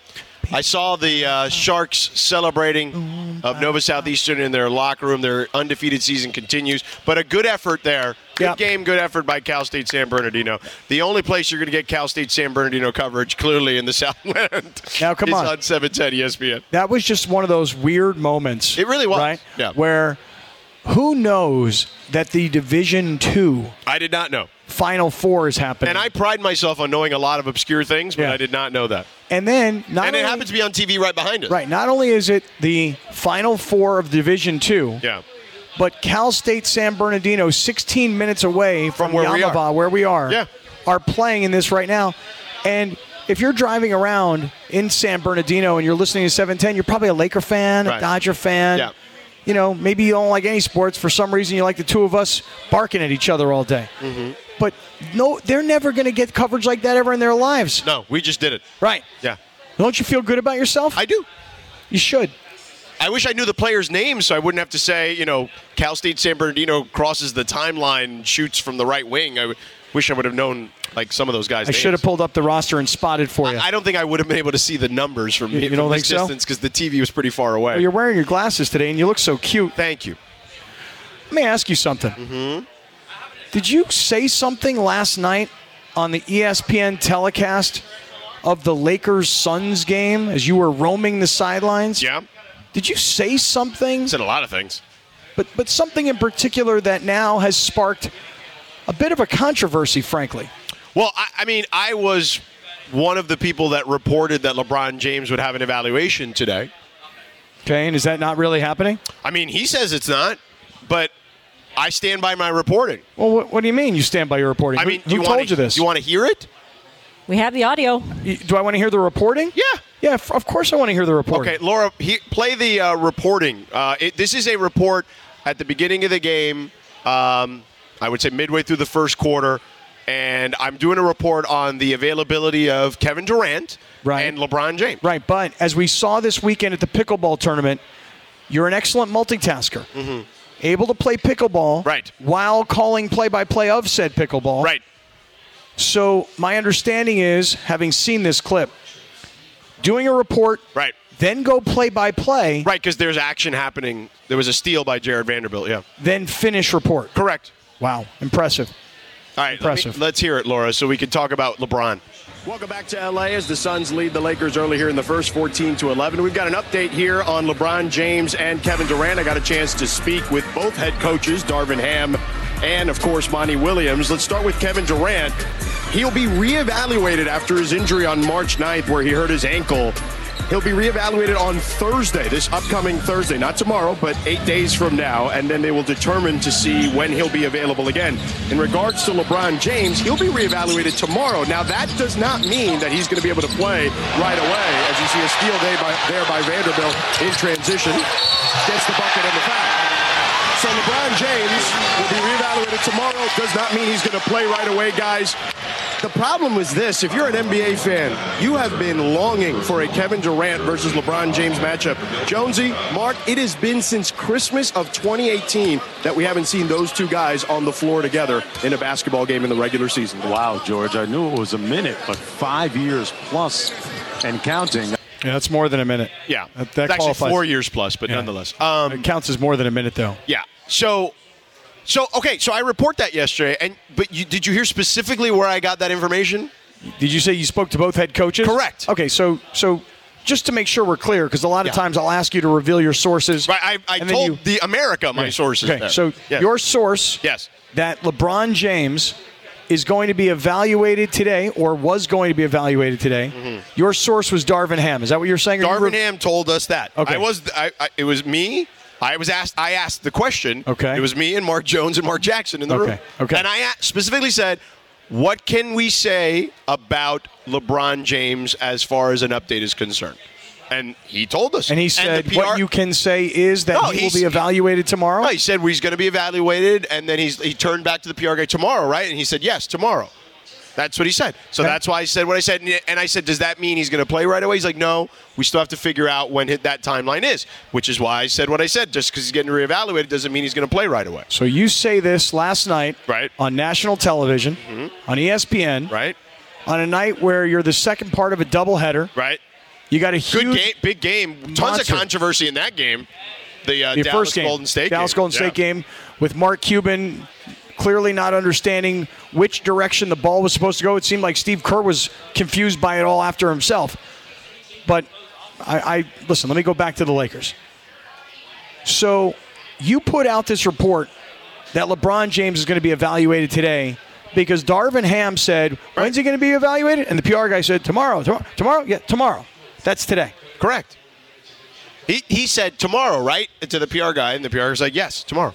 I saw the uh, Sharks celebrating of Nova Southeastern in their locker room. Their undefeated season continues, but a good effort there. Good
Yep.
game, good effort by Cal State San Bernardino. The only place you're going to get Cal State San Bernardino coverage, clearly in the Southland.
Now, come
is
on.
on E 710 ESPN.
That was just one of those weird moments.
It really was.
Right?
Yeah.
Where who knows that the Division Two
I did not know.
Final Four is happening.
And I pride myself on knowing a lot of obscure things, but
Yeah.
I did not know that.
and then not
And it
only,
happens to be on TV right behind us.
right. Not only is it the Final Four of Division Two,
Yeah.
but Cal State San Bernardino, 16 minutes away from,
From where we
Yamava,
are.
where we are,
Yeah.
are playing in this right now. And if you're driving around in San Bernardino and you're listening to 710, you're probably a Laker fan, a
Right.
Dodger fan.
Yeah.
You know, maybe you don't like any sports. For some reason, you like the two of us barking at each other all day.
Mm-hmm.
But no, they're never going to get coverage like that ever in their lives.
No, we just did it.
Right.
Yeah.
Don't you feel good about yourself?
I do.
you should.
I wish I knew the players' names so I wouldn't have to say, you know, Cal State San Bernardino crosses the timeline, shoots from the right wing. I w- wish I would have known like some of those guys.
I should have pulled up the roster and spotted for you.
I don't think I would have been able to see the numbers from,
You- you
from
don't
this
think so?
distance because the TV was pretty far away.
You're wearing your glasses today and you look so cute.
Thank you.
Let me ask you something. Did you say something last night on the E ESPN telecast of the Lakers Suns game as you were roaming the sidelines?
Yeah,
Did you say something?
said a lot of things.
But but something in particular that now has sparked a bit of a controversy, frankly.
Well, I, I mean, I was one of the people that reported that LeBron James would have an evaluation today.
Okay, and is that not really happening?
I mean, he says it's not, but
I stand by my reporting.
Well, what, what do you mean you stand by your reporting?
I mean,
who,
do you
who
wanna-
told you this?
do you want to hear it?
We have the audio.
Do I want to hear the reporting? Yeah. Yeah, f- of course I want to hear the reporting.
Okay, Laura, he, play the uh, reporting. Uh, it, this is a report at the beginning of the game. Um, I would say midway through the first quarter, and I'm doing a report on the availability of Kevin Durant and LeBron James.
Right, but as we saw this weekend at the pickleball tournament, you're an excellent multitasker.
Mm-hmm.
Able to play pickleball right. while calling play by play of said pickleball.
Right.
So my understanding is, having seen this clip, doing a report,
right.
then go play by play,
Right, because there's action happening. There was a steal by Jared Vanderbilt. Yeah.
then finish report.
Correct.
Wow, impressive.
All right.
Impressive.
Let us hear it, Laura, so we can talk about LeBron.
Welcome back to LA as the Suns lead the Lakers early here in the first 14 to 11. We've got an update here on LeBron James and Kevin Durant. I got a chance to speak with both head coaches, Darvin Ham and, of course, Monty Williams. Let's start with Kevin Durant. He'll be reevaluated after his injury on March 9th, where he hurt his ankle. He'll be reevaluated on Thursday, this upcoming Thursday, not tomorrow, but eight days from now, and then they will determine to see when he'll be available again. In regards to LeBron James, he'll be reevaluated tomorrow. Now, that does not mean that he's going to be able to play right away, as you see a steal day by, there by Vanderbilt in transition, gets the bucket and the foul. So LeBron James will be reevaluated tomorrow. Does not mean he's going to play right away, guys. The problem is this: if you're an NBA fan, you have been longing for a Kevin Durant versus LeBron James matchup. Jonesy, Mark, it has been since Christmas of 2018 that we haven't seen those two guys on the floor together in a basketball game in the regular season.
Wow, George, I knew it was a minute, but five years plus and counting.
Yeah, that's more than a minute.
Yeah.
That,
It's actually
qualifies.
four years plus, but nonetheless. Um,
it counts as more than a minute, though.
Yeah. So, so okay. So I report that yesterday, and but you, did you hear specifically where I got that information?
Did you say you spoke to both head coaches? Correct. Okay, so so just to make sure we're clear, because a lot of times I'll ask you to reveal your sources. Right.
I, I told the America my sources.
Okay.
there.
So
Yeah.
your source.
Yes.
That LeBron James is going to be evaluated today, or was going to be evaluated today. Your source was Darvin Ham. Is that what you're saying? Or you
Mm-hmm. Darvin
re-
Ham told us that.
Okay.
I was. I, I, it was me. I was asked. I asked the question.
Okay.
It was me and Mark Jones and Mark Jackson in the
Okay.
room.
Okay.
And I a- specifically said, "What can we say about LeBron James as far as an update is concerned?" And he told us.
And he
the
said,
PR
"What you can say is that
No,
he will
he's-
be evaluated tomorrow."
No, he said well, he's going to be evaluated, and then he's, he turned back to the PR guy tomorrow, right? And he said yes, tomorrow. That's what he said. So that's why I said what I said, and- and I said, does that mean he's going to play right away? He's like, no, we still have to figure out when hit that timeline is, which is why I said what I said. Just because he's getting reevaluated doesn't mean he's going to play right away.
So you say this last night
right. Mm-hmm.
on national television, on E ESPN,
right?
On a night where you're the second part of a doubleheader,
right?
You got a
Good
huge
game, big game. Tons
Monster.
of controversy in that game. The, uh,
your
Dallas
first game,
Golden State
Dallas
game.
Golden State
Yeah.
game with Mark Cuban clearly not understanding which direction the ball was supposed to go. It seemed like Steve Kerr was confused by it all after himself. But I, I listen. Let me go back to the Lakers. So you put out this report that LeBron James is going to be evaluated today because Darvin Ham said, "When's he going to be evaluated?" And the PR guy said, "Tomorrow, tomorrow, tomorrow, yeah, tomorrow." That's today.
Correct. He, he said tomorrow, right? To the PR guy, and the PR was like, yes, tomorrow.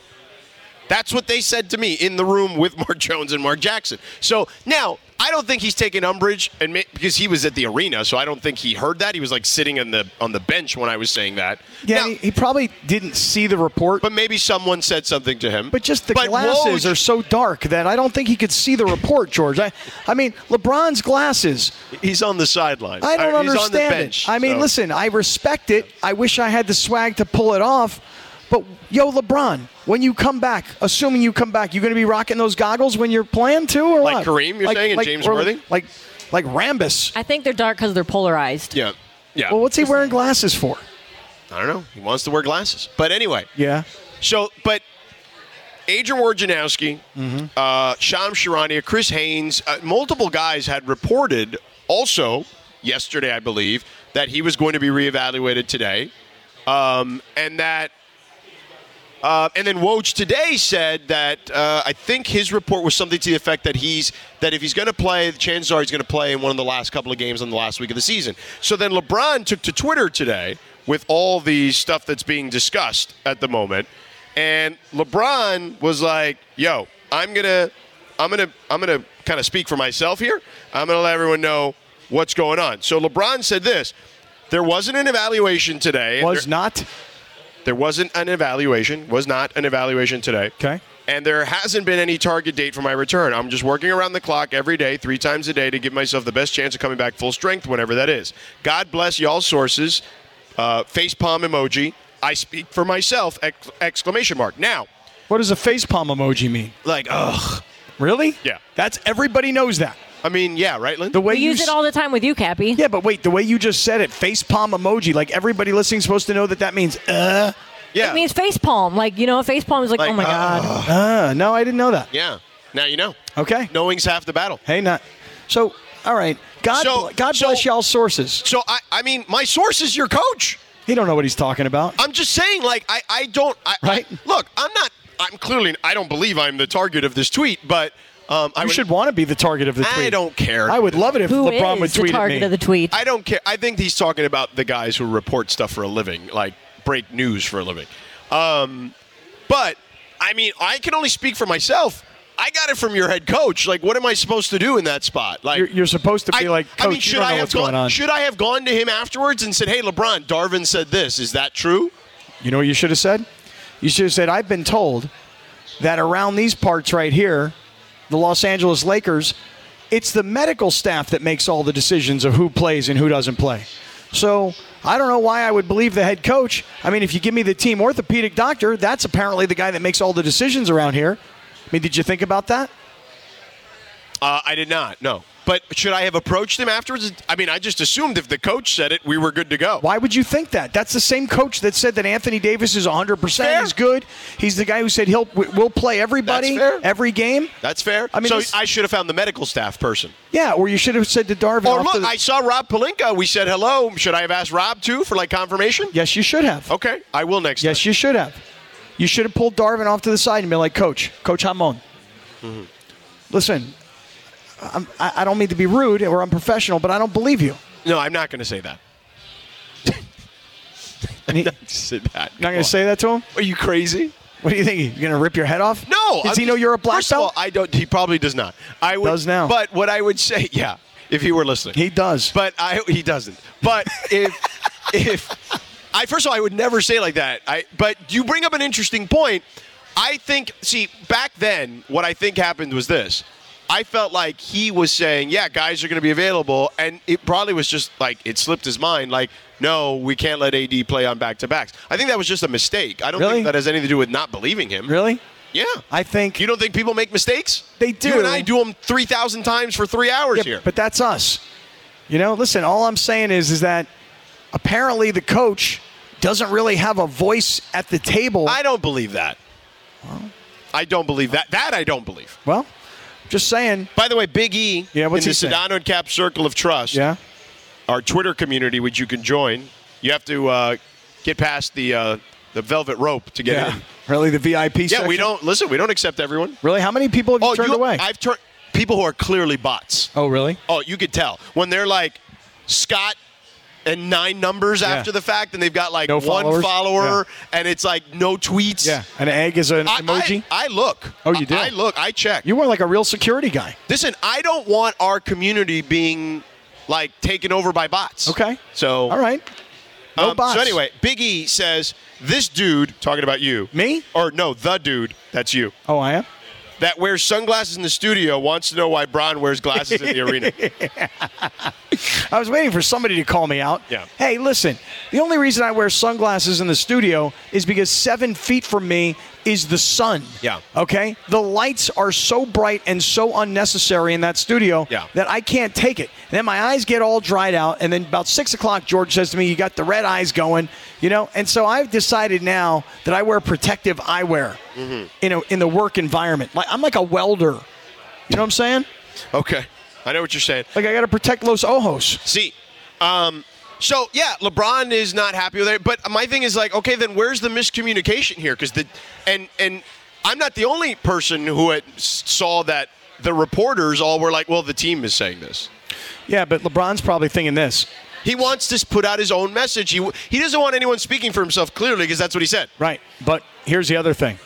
That's what they said to me in the room with Mark Jones and Mark Jackson. So now I don't think he's taking umbrage, and ma- because he was at the arena, so I don't think he heard that. He was like sitting on the on the bench when I was saying that.
Yeah, he, he probably didn't see the report.
But maybe someone said something to him.
But just the
But
glasses
Woj-
are so dark that I don't think he could see the report, George. I, I mean, LeBron's glasses.
He's on the sideline.
I don't
Uh, he's on the
understand
bench,
it. I mean,
so-
listen, I respect it. I wish I had the swag to pull it off. But yo, LeBron, when you come back, assuming you come back, you going to be rocking those goggles when you're playing too, or what?
Like Kareem, you're saying, and James
or
Worthing?
like like Rambus.
I think they're dark because they're polarized.
Yeah, yeah.
Well, what's he wearing glasses for?
I don't know. He wants to wear glasses. But anyway,
Yeah.
So, but Adrian Wojnarowski, uh, Sham Sharania, Chris Haynes, uh, multiple guys had reported also yesterday, I believe, that he was going to be reevaluated today, um, and that. Uh, and then Woj today said that uh, I think his report was something to the effect that he's that if he's going to play, the chances are he's going to play in one of the last couple of games on the last week of the season. So then LeBron took to Twitter today with all the stuff that's being discussed at the moment, And LeBron was like, "Yo, I'm gonna, I'm gonna, I'm gonna kind of speak for myself here. I'm gonna let everyone know what's going on." So LeBron said this: "There wasn't an evaluation today.
Was
There-
not.
There wasn't an evaluation. Was not an evaluation today.
Okay.
And there hasn't been any target date for my return. I'm just working around the clock every day, three times a day, to give myself the best chance of coming back full strength whenever that is. God bless y'all sources. Uh, face palm emoji. I speak for myself! Ex- exclamation mark. Now,
What does a face palm emoji mean?
like, ugh.
Really?
Yeah.
That's everybody knows that.
I mean, yeah, right, Lynn?
The way
We
you
use
s-
it all the time with you, Cappy.
Yeah, but wait, the way you just said it, face palm emoji, like everybody listening supposed to know that that means uh.
Yeah.
It means face palm. Like, you know, a face palm is like,
Like,
oh my
uh,
God.
Uh, no, I didn't know that.
Yeah. Now you know.
Okay.
Knowing's half the battle.
Hey, not. So, all right. God,
So-
bl- God bless y'all sources.
So I, I mean, my source is your coach.
He don't know what he's talking about.
I'm just saying, like, I, I don't. I,
Right.
I- look, I'm not. I'm clearly. I don't believe I'm the target of this tweet, but um, I
You
would-
should want to be the target of the
I
tweet.
don't care.
I would love it if
Who
LeBron
is
would
the
tweet at
target
me.
of the tweet?
I don't care. I think he's talking about the guys who report stuff for a living, like break news for a living. Um, but I mean, I can only speak for myself. I got it from your head coach. Like, what am I supposed to do in that spot? Like,
you're, you're supposed to be like, Coach, you don't know
have
what's
gone,
going on.
Should I have gone to him afterwards and said, "Hey, LeBron, Darvin said this. Is that true?"
You know what you should have said? You should have said, I've been told that around these parts right here, the Los Angeles Lakers, it's the medical staff that makes all the decisions of who plays and who doesn't play. So I don't know why I would believe the head coach. I mean, if you give me the team orthopedic doctor, that's apparently the guy that makes all the decisions around here. I mean, did you think about that?
Uh, I did not. No. But should I have approached him afterwards? I mean, I just assumed if the coach said it, we were good to go.
Why would you think that? That's the same coach that said that Anthony Davis is 100%.
Fair.
He's good. He's the guy who said he'll we'll play everybody
That's fair.
every game.
That's fair.
I mean,
so
this-
I should have found the medical staff person.
Yeah, or you should have said to Darvin.
Or
off
Oh, look,
the-
I saw Rob Palinka. We said hello. Should I have asked Rob too for like confirmation?
yes, you should have.
Okay, I will next
Yes, you should have. You should have pulled Darvin off to the side and been like, Coach, Coach Hamon,
Mm-hmm.
listen, I'm, I, I don't mean to be rude or unprofessional, but I don't believe you.
time. No, I'm not going to say that.
And he,
Say that.
not going to say that to him?
Are you crazy?
What do you think? You're going to rip your head off?
No.
Does
I'm
he know
just-
you're a black
first
belt?
Of all, I don't. He probably does not. I would,
Does now.
But what I would say, yeah, if he were listening,
he does.
But I he doesn't. But if if I first of all I would never say it like that. I but you bring up an interesting point. I think see back then what I think happened was this. I felt like he was saying, "Yeah, guys are going to be available," and it probably was just like it slipped his mind. Like, no, we can't let AD play on back to backs. I think that was just a mistake. I don't
Really?
think that has anything to do with not believing him.
really?
Yeah.
I think.
you don't think people make mistakes?
They
You
do.
and I do them three thousand times for three hours
Yeah,
here.
But that's us. You know, listen, all I'm saying is is that apparently the coach doesn't really have a voice at the table.
I don't believe that. I don't believe that. That I don't believe.
well, just saying.
By the way, Big E
Yeah, what's
in the
he saying?
Sedano and Cap Circle of Trust,
Yeah.
our Twitter community, which you can join. You have to uh, get past the uh, the velvet rope to get in.
Really the VIP
Yeah,
section?
we don't listen. We don't accept everyone. Oh,
Really? How many people have you turned
you-
away?
I've turned people who are clearly bots.
oh, really?
Oh, you could tell when they're like Scott and nine numbers after the fact, and they've got like
No
one
followers?
follower, and it's like no tweets.
Yeah. An egg is an
I,
emoji?
I, I look.
Oh, you do?
I, I look. I check.
you were like a real security guy.
Listen, I don't want our community being like taken over by bots.
Okay.
So
All right. No
um,
bots.
So anyway, Big E says this dude talking about you.
Me?
Or no, the dude. That's you.
Oh, I am?
That wears sunglasses in the studio wants to know why Braun wears glasses in the arena.
I was waiting for somebody to call me out.
Yeah.
Hey, listen, the only reason I wear sunglasses in the studio is because seven feet from me is the sun.
Yeah.
Okay? The lights are so bright and so unnecessary in that studio
Yeah.
that I can't take it. And then my eyes get all dried out. And then about six o'clock, George says to me, You got the red eyes going, you know? And so I've decided now that I wear protective eyewear
Mm-hmm.
in, a, in the work environment. Like I'm like a welder. You know what I'm saying?
Okay. I know what you're saying.
Like I got to protect Los Ojos.
See, um, so yeah, LeBron is not happy with it. But my thing is like, okay, then where's the miscommunication here? Because the and and I'm not the only person who had, s- saw that the reporters all were like, well, the team is saying this.
Yeah, but LeBron's probably thinking this.
He wants to put out his own message. He he doesn't want anyone speaking for himself clearly because that's what he said.
Right. But here's the other thing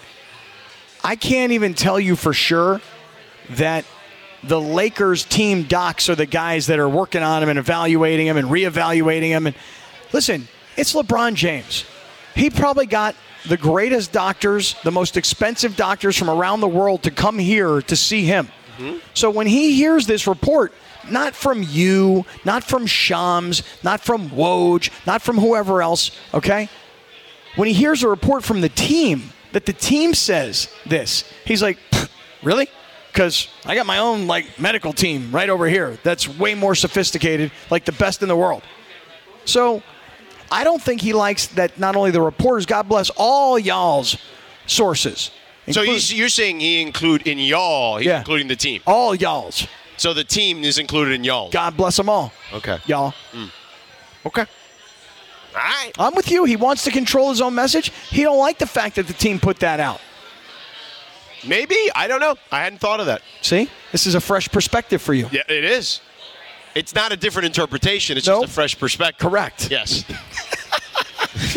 I can't even tell you for sure that the Lakers team docs are the guys that are working on him and evaluating him and reevaluating him. And listen, it's LeBron James. He probably got the greatest doctors, the most expensive doctors from around the world to come here to see him. So when he hears this report, not from you, not from Shams, not from Woj, not from whoever else, okay? When he hears a report from the team that the team says this, he's like, "Pfft, really? Because I got my own like medical team right over here that's way more sophisticated, like the best in the world. So I don't think he likes that not only the reporters, God bless all y'all's sources.
So he's, you're saying he include in y'all, he's
Yeah. Oh.
including the team.
All y'all's.
So the team is included in y'all.
God bless them all.
Okay.
Y'all.
Mm.
Okay.
All right.
I'm with you. He wants to control his own message. He don't like the fact that the team put that out.
Maybe I don't know. I hadn't thought of that.
See? This is a fresh perspective for you.
Yeah, it is. It's not a different interpretation. It's just a fresh perspective.
Correct.
Yes.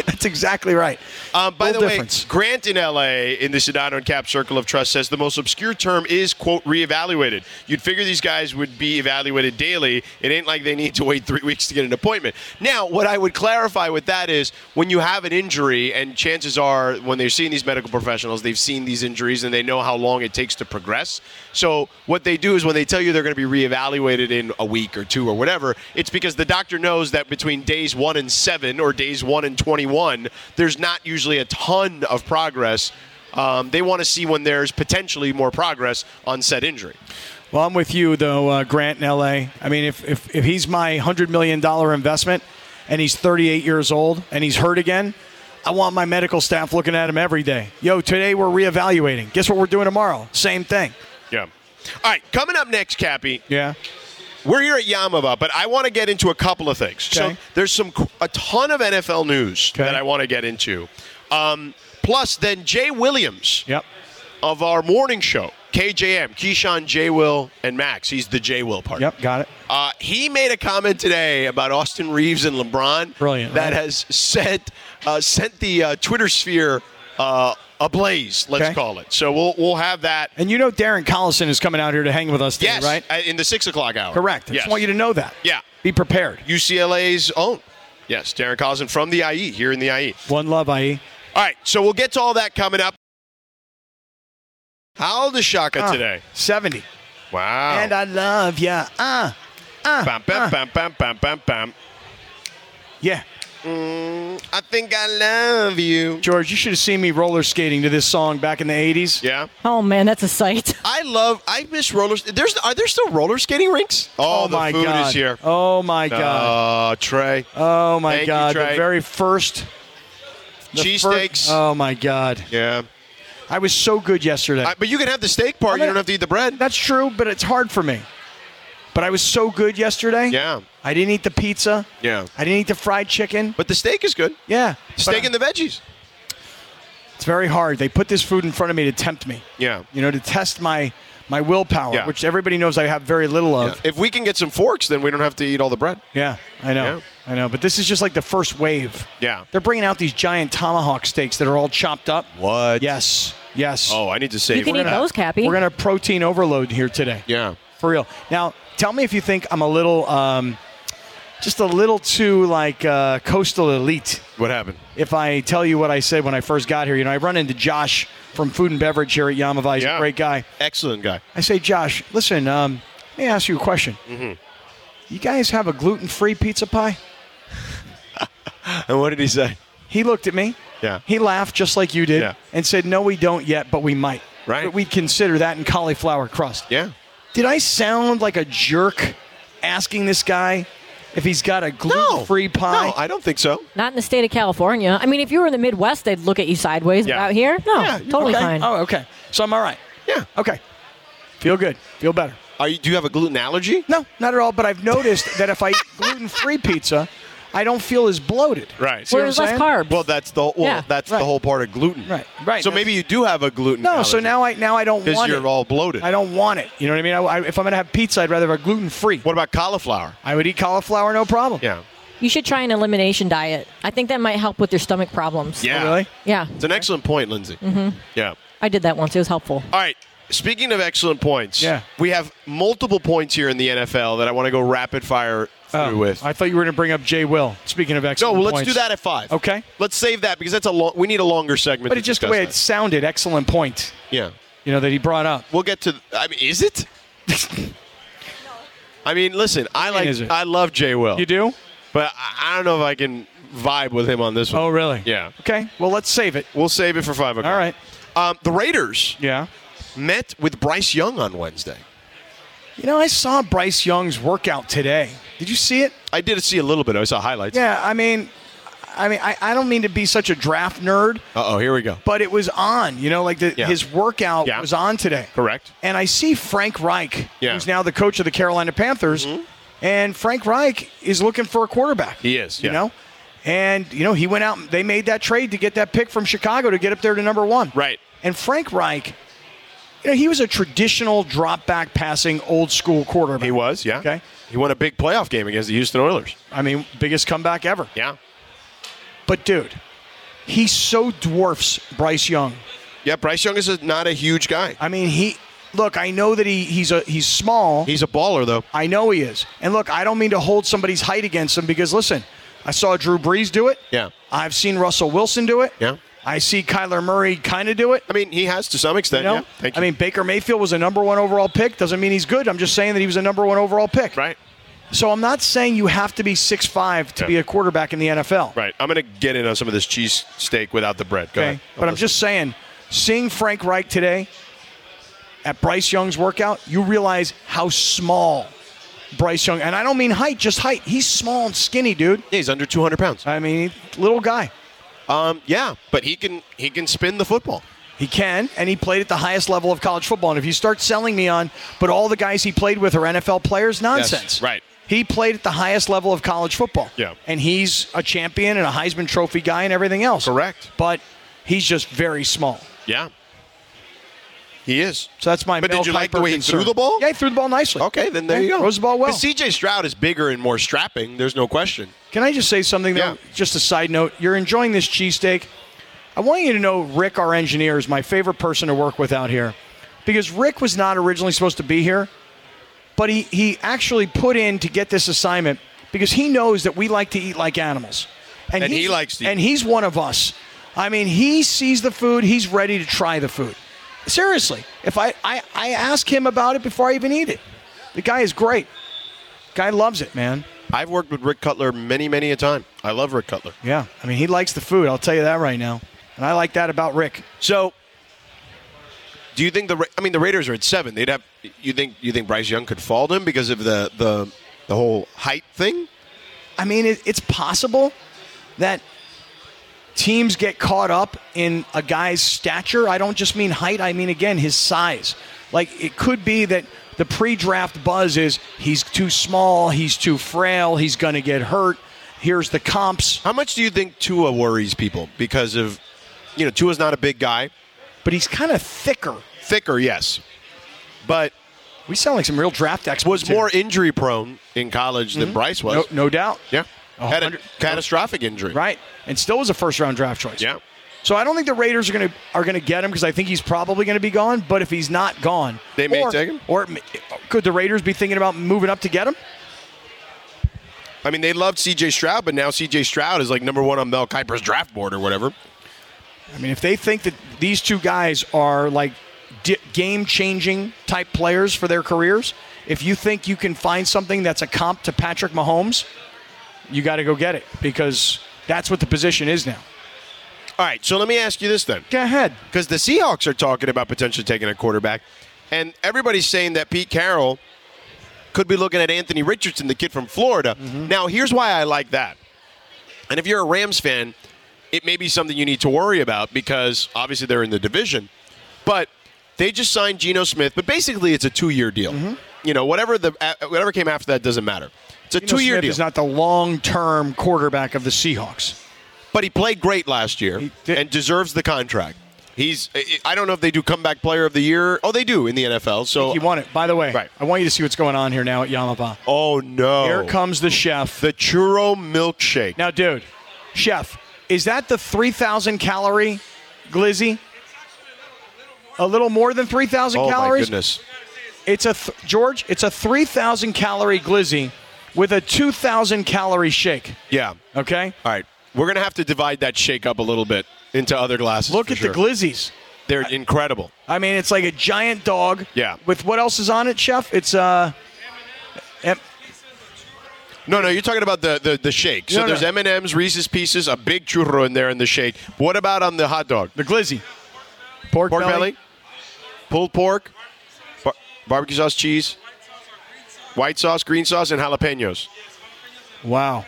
That's exactly right.
Um, by
Little
the way,
difference.
Grant in LA in the Sedano and Cap Circle of Trust says the most obscure term is quote reevaluated. You'd figure these guys would be evaluated daily. It ain't like they need to wait three weeks to get an appointment. Now, what I would clarify with that is when you have an injury, and chances are when they're seeing these medical professionals, they've seen these injuries and they know how long it takes to progress. So what they do is when they tell you they're going to be reevaluated in a week or two or whatever, it's because the doctor knows that between days one and seven or days one and 21, there's not usually a ton of progress. Um, they want to see when there's potentially more progress on said injury.
Well, I'm with you though, uh, Grant in LA. I mean, if, if if he's my hundred million dollar investment, and he's 38 years old and he's hurt again, I want my medical staff looking at him every day. Yo, today we're reevaluating. Guess what we're doing tomorrow? Same thing.
Yeah. All right, coming up next, Cappy.
Yeah.
We're here at Yamava, but I want to get into a couple of things. So
Okay.
there's some a ton of NFL news that I want to get into. Um, plus, then Jay Williams of our morning show, KJM, Keyshawn J. Will and Max. He's the J. Will part.
Yep, got it.
Uh, he made a comment today about Austin Reeves and LeBron.
Brilliant, right?
That has sent uh, sent the uh, Twitter sphere uh, ablaze. Let's
Okay.
call it. So we'll we'll have that.
And you know Darren Collison is coming out here to hang with us today,
Yes,
right?
uh, in the six o'clock hour.
Correct. I
Yes.
just want you to know that.
yeah.
Be prepared.
UCLA's own. Yes, Darren Collison from the IE here in the IE.
One love, E. IE.
All right, so we'll get to all that coming up. How old is Shaka
Ah,
today?
70.
Wow.
And I love ya. Ah, ah.
Oh. bam, bam, bam, bam, bam, bam, bam.
Yeah.
Mm, I think I love you.
George, you should have seen me roller skating to this song back in the 80s.
Yeah.
Oh man, that's a sight.
I love. I miss rollers. There's are there still roller skating rinks? Oh, the
my
food
God.
is here.
Oh my God.
Uh, Trey.
Oh my
Thank you,
God. the
Trey.
very first the fir-
Cheesesteaks.
Oh my God.
yeah.
I was so good yesterday.
I- Uh, but you can have the steak part. You
gonna-
don't have to eat the bread.
That's true, but it's hard for me. But I was so good yesterday.
Yeah.
I didn't eat the pizza.
Yeah.
I didn't eat the fried chicken.
But the steak is good.
Yeah. but
Steak
I-
and the veggies.
It's very hard. They put this food in front of me to tempt me.
Yeah.
You know, to test my my willpower,
Yeah.
which everybody knows I have very little
Yeah.
of.
If we can get some forks, then we don't have to eat all the bread.
Yeah, I know. I know. But this is just like the first wave.
Yeah.
They're bringing out these giant tomahawk steaks that are all chopped up.
What?
Yes. Yes.
Oh, I need to save.
You can
it.
eat those, Cappy.
We're gonna protein overload here today.
Yeah.
For real. Now, tell me if you think I'm a little, um, just a little too like uh, coastal elite.
What happened?
If I tell you what I said when I first got here, you know, I run into Josh from Food and Beverage here at Yamava. He's
Yeah.
a great guy.
Excellent guy.
I say, Josh, listen, um, let me ask you a question.
Mm-hmm.
You guys have a gluten free pizza pie?
And what did he say?
He looked at me.
Yeah.
He laughed just like you did
Yeah.
and said, No, we don't yet, but we might.
Right.
But we consider that in cauliflower crust.
Yeah.
Did I sound like a jerk asking this guy if he's got a gluten free pie?
No, I don't think so.
Not in the state of California. I mean, if you were in the Midwest, they'd look at you sideways.
Yeah.
But out here, no,
Yeah,
totally
okay.
fine.
Oh, okay. So I'm all right.
Yeah.
Okay. Feel good. Feel better.
Are you? Do you have a gluten allergy?
No, not at all. But I've noticed that if I eat gluten free pizza, I don't feel as bloated.
Right.
See what
Where's
I'm
less
saying?
carbs?
Well, that's the well,
Yeah.
that's the
Right.
whole part of gluten.
Right, right.
So maybe you do have a gluten.
No, so now I now I don't
because
want
you're
it.
all bloated.
I don't want it. You know what I mean? I, I- if I'm gonna have pizza, I'd rather have gluten free.
What about cauliflower?
I would eat cauliflower, no problem.
Yeah.
You should try an elimination diet. I think that might help with your stomach problems.
Oh,
Yeah.
Yeah.
It's an excellent point, Lindsay.
Mhm.
Yeah.
I did that once. It was helpful.
All right. Speaking of excellent points, yeah. we have multiple points here in the NFL that I want to go rapid fire through with.
Oh, I thought you were going to bring up Jay Will. Speaking of
No,
excellent
well, let's
points.
do that at five.
Okay.
Let's save that because that's a long. We need a longer segment.
But
to
it just the
discuss
way
that.
it sounded, excellent point.
Yeah.
You know that he brought up.
We'll get to. I mean, is it? I mean, listen. I like.
is it?
I love Jay Will.
You do?
but I, I don't know if I can vibe with him on this one.
Oh, really?
Yeah.
Okay. Well, let's save it.
We'll save it for five o'clock.
All right.
Um, the Raiders.
Yeah.
Met with Bryce Young on Wednesday.
You know, I saw Bryce Young's workout today. Did you see it?
I did see a little bit. I saw highlights.
Yeah, I mean, I mean, I, I don't mean to be such a draft nerd,
Uh oh, here we go.
but it was on. You know, like the,
Yeah.
his workout was on today.
Correct.
And I see Frank Reich,
Yeah. Mm-hmm.
who's now the coach of the Carolina Panthers, and Frank Reich is looking for a quarterback.
He is.
You know, and you know he went out. They made that trade to get that pick from Chicago to get up there to number one.
Right.
And Frank Reich, you know, he was a traditional drop back passing old school quarterback.
He was. Yeah.
Okay.
He won a big playoff game against the Houston Oilers.
I mean, biggest comeback ever.
Yeah.
But dude, he so dwarfs Bryce Young.
Yeah, Bryce Young is a, not a huge guy.
I mean, he look. I know that he he's a he's small.
He's a baller though.
I know he is. And look, I don't mean to hold somebody's height against him because listen, I saw Drew Brees do it.
Yeah.
I've seen Russell Wilson do it.
Yeah.
I see Kyler Murray kind of do it.
I mean, he has to some extent.
You know?
Yeah. Thank you.
I mean, Baker Mayfield was a number one overall pick. Doesn't mean he's good. I'm just saying that he was a number one overall pick.
Right.
So I'm not saying you have to be 6'5 to
Yeah.
be a quarterback in the NFL.
right. I'm gonna get in on some of this cheese steak without the bread. Go
Okay.
ahead.
But I'm just saying, seeing Frank Reich today at Bryce Young's workout, you realize how small Bryce Young, and I don't mean height, just height. He's small and skinny, dude.
Yeah, he's under 200 pounds.
I mean, little guy.
Um, yeah, but he can he can spin the football.
He can, and he played at the highest level of college football. And if you start selling me on, but all the guys he played with are NFL players, nonsense.
Yes, right.
He played at the highest level of college football.
Yeah.
And he's a champion and a Heisman Trophy guy and everything else.
Correct.
But he's just very small.
Yeah. He is.
So that's my
But
Mel
did you like the
Kiper
way he
concern.
threw the ball?
Yeah, he threw the ball nicely.
Okay, then there you go.
Throws the ball well.
But CJ Stroud is bigger and more strapping. There's no question.
Can I just say something, though?
Yeah.
Just a side note. You're enjoying this cheesesteak. I want you to know Rick, our engineer, is my favorite person to work with out here because Rick was not originally supposed to be here, but he, he actually put in to get this assignment because he knows that we like to eat like animals.
And he
he's-
likes to eat.
And he's one of us. I mean, he sees the food, he's ready to try the food. Seriously, if I, I, I ask him about it before I even eat it, the guy is great. Guy loves it, man.
I've worked with Rick Cutler many, many a time. I love Rick Cutler.
Yeah, I mean, he likes the food. I'll tell you that right now, and I like that about Rick.
So, do you think the Ra- I mean the Raiders are at seven? They'd have you think you think Bryce Young could fall to him because of the the the whole height thing?
I mean, it, it's possible that teams get caught up in a guy's stature. I don't just mean height. I mean again his size. Like it could be that the pre-draft buzz is he's too small, he's too frail, he's going to get hurt. Here's the comps,
How much do you think Tua worries people because of you know Tua's not a big guy,
but he's kind of thicker.
thicker, yes, but
We sound like some real draft experts.
was
here.
more injury prone in college
Mm-hmm.
than Bryce was.
no, no doubt,
Yeah,
A
had a
hundred-
catastrophic injury.
right? And still was a first-round draft choice.
Yeah.
So I don't think the Raiders are going to are going to get him because I think he's probably going to be gone. But if he's not gone,
They may
or-
take him?
Or m- could the Raiders be thinking about moving up to get him?
I mean, they loved C.J. Stroud, but now C.J. Stroud is like number one on Mel Kiper's draft board or whatever.
I mean, if they think that these two guys are like di- game changing type players for their careers, if you think you can find something that's a comp to Patrick Mahomes, you got to go get it because that's what the position is now.
All right, so let me ask you this then.
Go ahead.
because the Seahawks are talking about potentially taking a quarterback, and everybody's saying that Pete Carroll could be looking at Anthony Richardson, the kid from Florida.
Mm-hmm.
Now, here's why I like that. And if you're a Rams fan, it may be something you need to worry about because obviously they're in the division. But they just signed Geno Smith, but basically it's a two-year deal.
Mm-hmm.
You know, whatever the uh, whatever came after that doesn't matter. It's a
Geno
two-year
Smith
deal.
is not the long term quarterback of the Seahawks.
but he played great last year
did.
and deserves the contract. He's. I don't know if they do comeback player of the year. Oh, they do in the NFL. So
he won it. By the way, right. I want you to see what's going on here now at Yamapa.
Oh no!
Here comes the chef.
The churro milkshake.
Now, dude, chef, is that the 3,000 calorie glizzy? A little more than 3,000
Oh my
calories.
goodness!
It's a th- George. It's a 3,000 calorie glizzy with a 2,000 calorie shake.
Yeah.
Okay.
All right. We're gonna have to divide that shake up a little bit into other glasses.
Look
for
at
sure.
the glizzies.
They're incredible.
I mean, it's like a giant dog.
Yeah.
With what else is on it, chef? It's uh. em-
No, no, you're talking about the the, the shake. So
No, no.
there's M and M's, Reese's Pieces, a big churro in there in the shake. What about on the hot dog?
The glizzy, pork,
pork
belly.
belly, pulled pork, bar- barbecue sauce, cheese, white sauce, green sauce, and jalapenos.
Wow.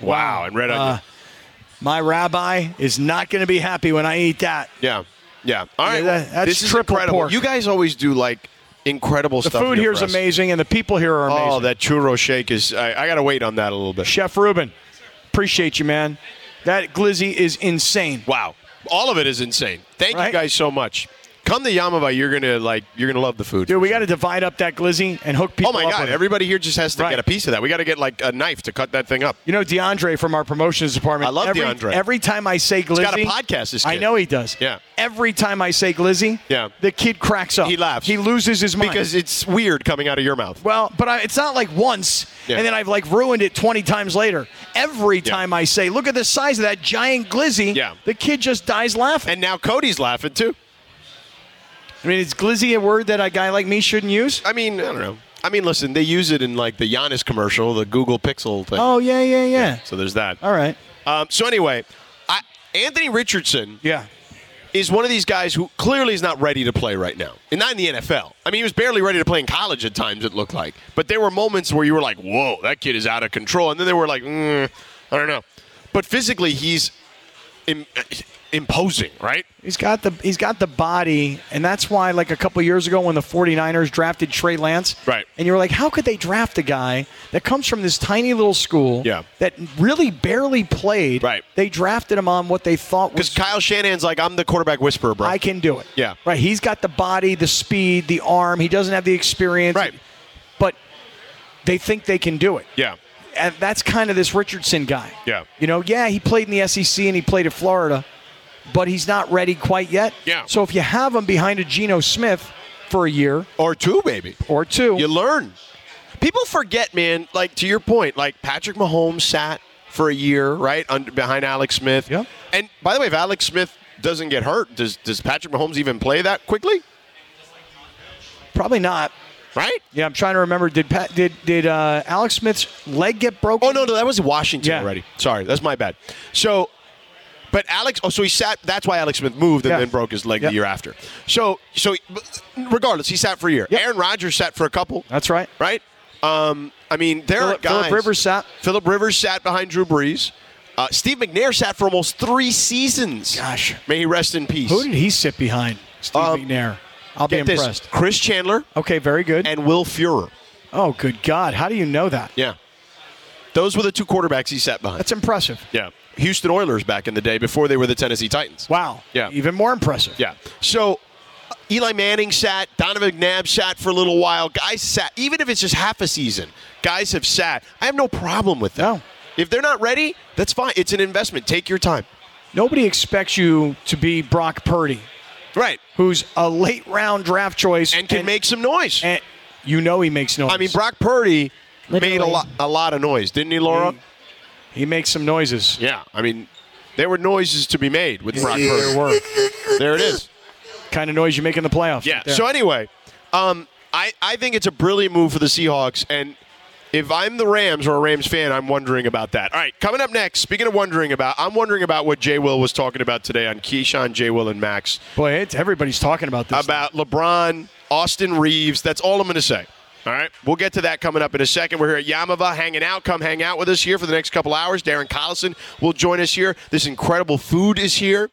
Wow, and red onion.
Uh, my rabbi is not going to be happy when I eat that.
Yeah, yeah. All right,
Yeah, that- that's
this is
triple
incredible.
pork.
You guys always do like incredible
The
stuff.
food here is amazing, and the people here are amazing.
Oh, that churro shake is. I, I got to wait on that a little bit.
Chef Ruben, appreciate you, man. That glizzy is insane.
Wow, all of it is insane. Thank
Right?
you guys so much. Come to Yamava, you're gonna like, you're gonna love the food.
Dude, we got to divide up that glizzy and hook people
oh my
up
god,
with it.
everybody here just has to
Right.
get a piece of that. We got to get like a knife to cut that thing up.
You know DeAndre from our promotions department.
I love
every,
DeAndre.
Every time I say glizzy,
He's got a podcast, this
I
kid.
know he does.
Yeah.
Every time I say glizzy,
Yeah.
the kid cracks up.
He laughs.
He loses his mind
Because it's weird coming out of your mouth.
Well, but I, it's not like once,
Yeah.
and then I've like ruined it 20 times later. Every time I say, look at the size of that giant glizzy,
Yeah.
the kid just dies laughing.
And now Cody's laughing too.
I mean, is glizzy a word that a guy like me shouldn't use?
I mean, I don't know. I mean, listen, they use it in like the Giannis commercial, the Google Pixel thing.
Oh, yeah, yeah, yeah.
So there's that.
All right.
Um, so anyway, I, Anthony Richardson
Yeah.
is one of these guys who clearly is not ready to play right now, and not in the NFL. I mean, he was barely ready to play in college at times. It looked like, but there were moments where you were like, "Whoa, that kid is out of control," and then they were like, mm, "I don't know," but physically he's im- imposing, right?
He's got the he's got the body, and that's why like a couple years ago when the 49ers drafted Trey Lance,
Right.
And you were like, how could they draft a guy that comes from this tiny little school
Yeah.
that really barely played?
Right.
They drafted him on what they thought was
Because Kyle Shanahan's like, "I'm the quarterback whisperer, bro."
I can do it.
Yeah.
Right. He's got the body, the speed, the arm. He doesn't have the experience.
Right.
But they think they can do it.
yeah,
And that's kind of this Richardson guy.
Yeah.
You know, yeah, he played in the SEC and he played at Florida, but he's not ready quite yet.
Yeah.
So if you have him behind a Geno Smith for a year
or two, baby.
or two,
You learn. People forget, man. Like to your point, like Patrick Mahomes sat for a year, right, under, behind Alex Smith.
Yep.
And by the way, if Alex Smith doesn't get hurt, does does Patrick Mahomes even play that quickly?
probably not.
Right?
Yeah, I'm trying to remember. Did Pat, did did uh, Alex Smith's leg get broken?
Oh no, no, that was Washington
Yeah.
already. Sorry, that's my bad. So, but Alex, oh, so he sat. That's why Alex Smith moved and
Yeah.
then broke his leg
Yep.
the year after. So, so but regardless, he sat for a year.
Yep.
Aaron Rodgers sat for a couple.
That's right.
right? Um, I mean, there
Phillip-
are guys.
Phillip Rivers sat.
Philip Rivers sat behind Drew Brees. Uh, Steve McNair sat for almost three seasons.
Gosh.
may he rest in peace.
Who did he sit behind? Steve
Um,
McNair. I'll be
Get this,
impressed.
Chris Chandler
Okay, very good.
and Will Fuhrer.
Oh, good God. How do you know that?
Yeah, those were the two quarterbacks he sat behind.
That's impressive.
yeah, Houston Oilers back in the day before they were the Tennessee Titans.
Wow.
Yeah.
Even more impressive.
Yeah. So uh, Eli Manning sat, Donovan McNabb sat for a little while. Guys sat, even if it's just half a season, guys have sat. I have no problem with that.
No.
If they're not ready, that's fine. It's an investment. Take your time.
Nobody expects you to be Brock Purdy,
Right.
who's a late round draft choice
And can make some noise.
and you know he makes noise.
I mean, Brock Purdy
Literally.
made a lot, a lot of noise, didn't he, Laura?
he makes some noises.
Mm, Yeah. I mean, there were noises to be made with Brock Purdy.
There were
There it is.
kind of noise you make in the playoffs.
Yeah.
right there.
So anyway, um, I I think it's a brilliant move for the Seahawks, and if I'm the Rams or a Rams fan, I'm wondering about that. All right, coming up next. Speaking of wondering about, I'm wondering about what Jay Will was talking about today on Keyshawn, Jay Will, and Max
boy, it's, everybody's talking about this.
about LeBron, Austin Reeves. That's all I'm going to say. All right, we'll get to that coming up in a second. We're here at Yamava hanging out. Come hang out with us here for the next couple hours. Darren Collison will join us here. This incredible food is here.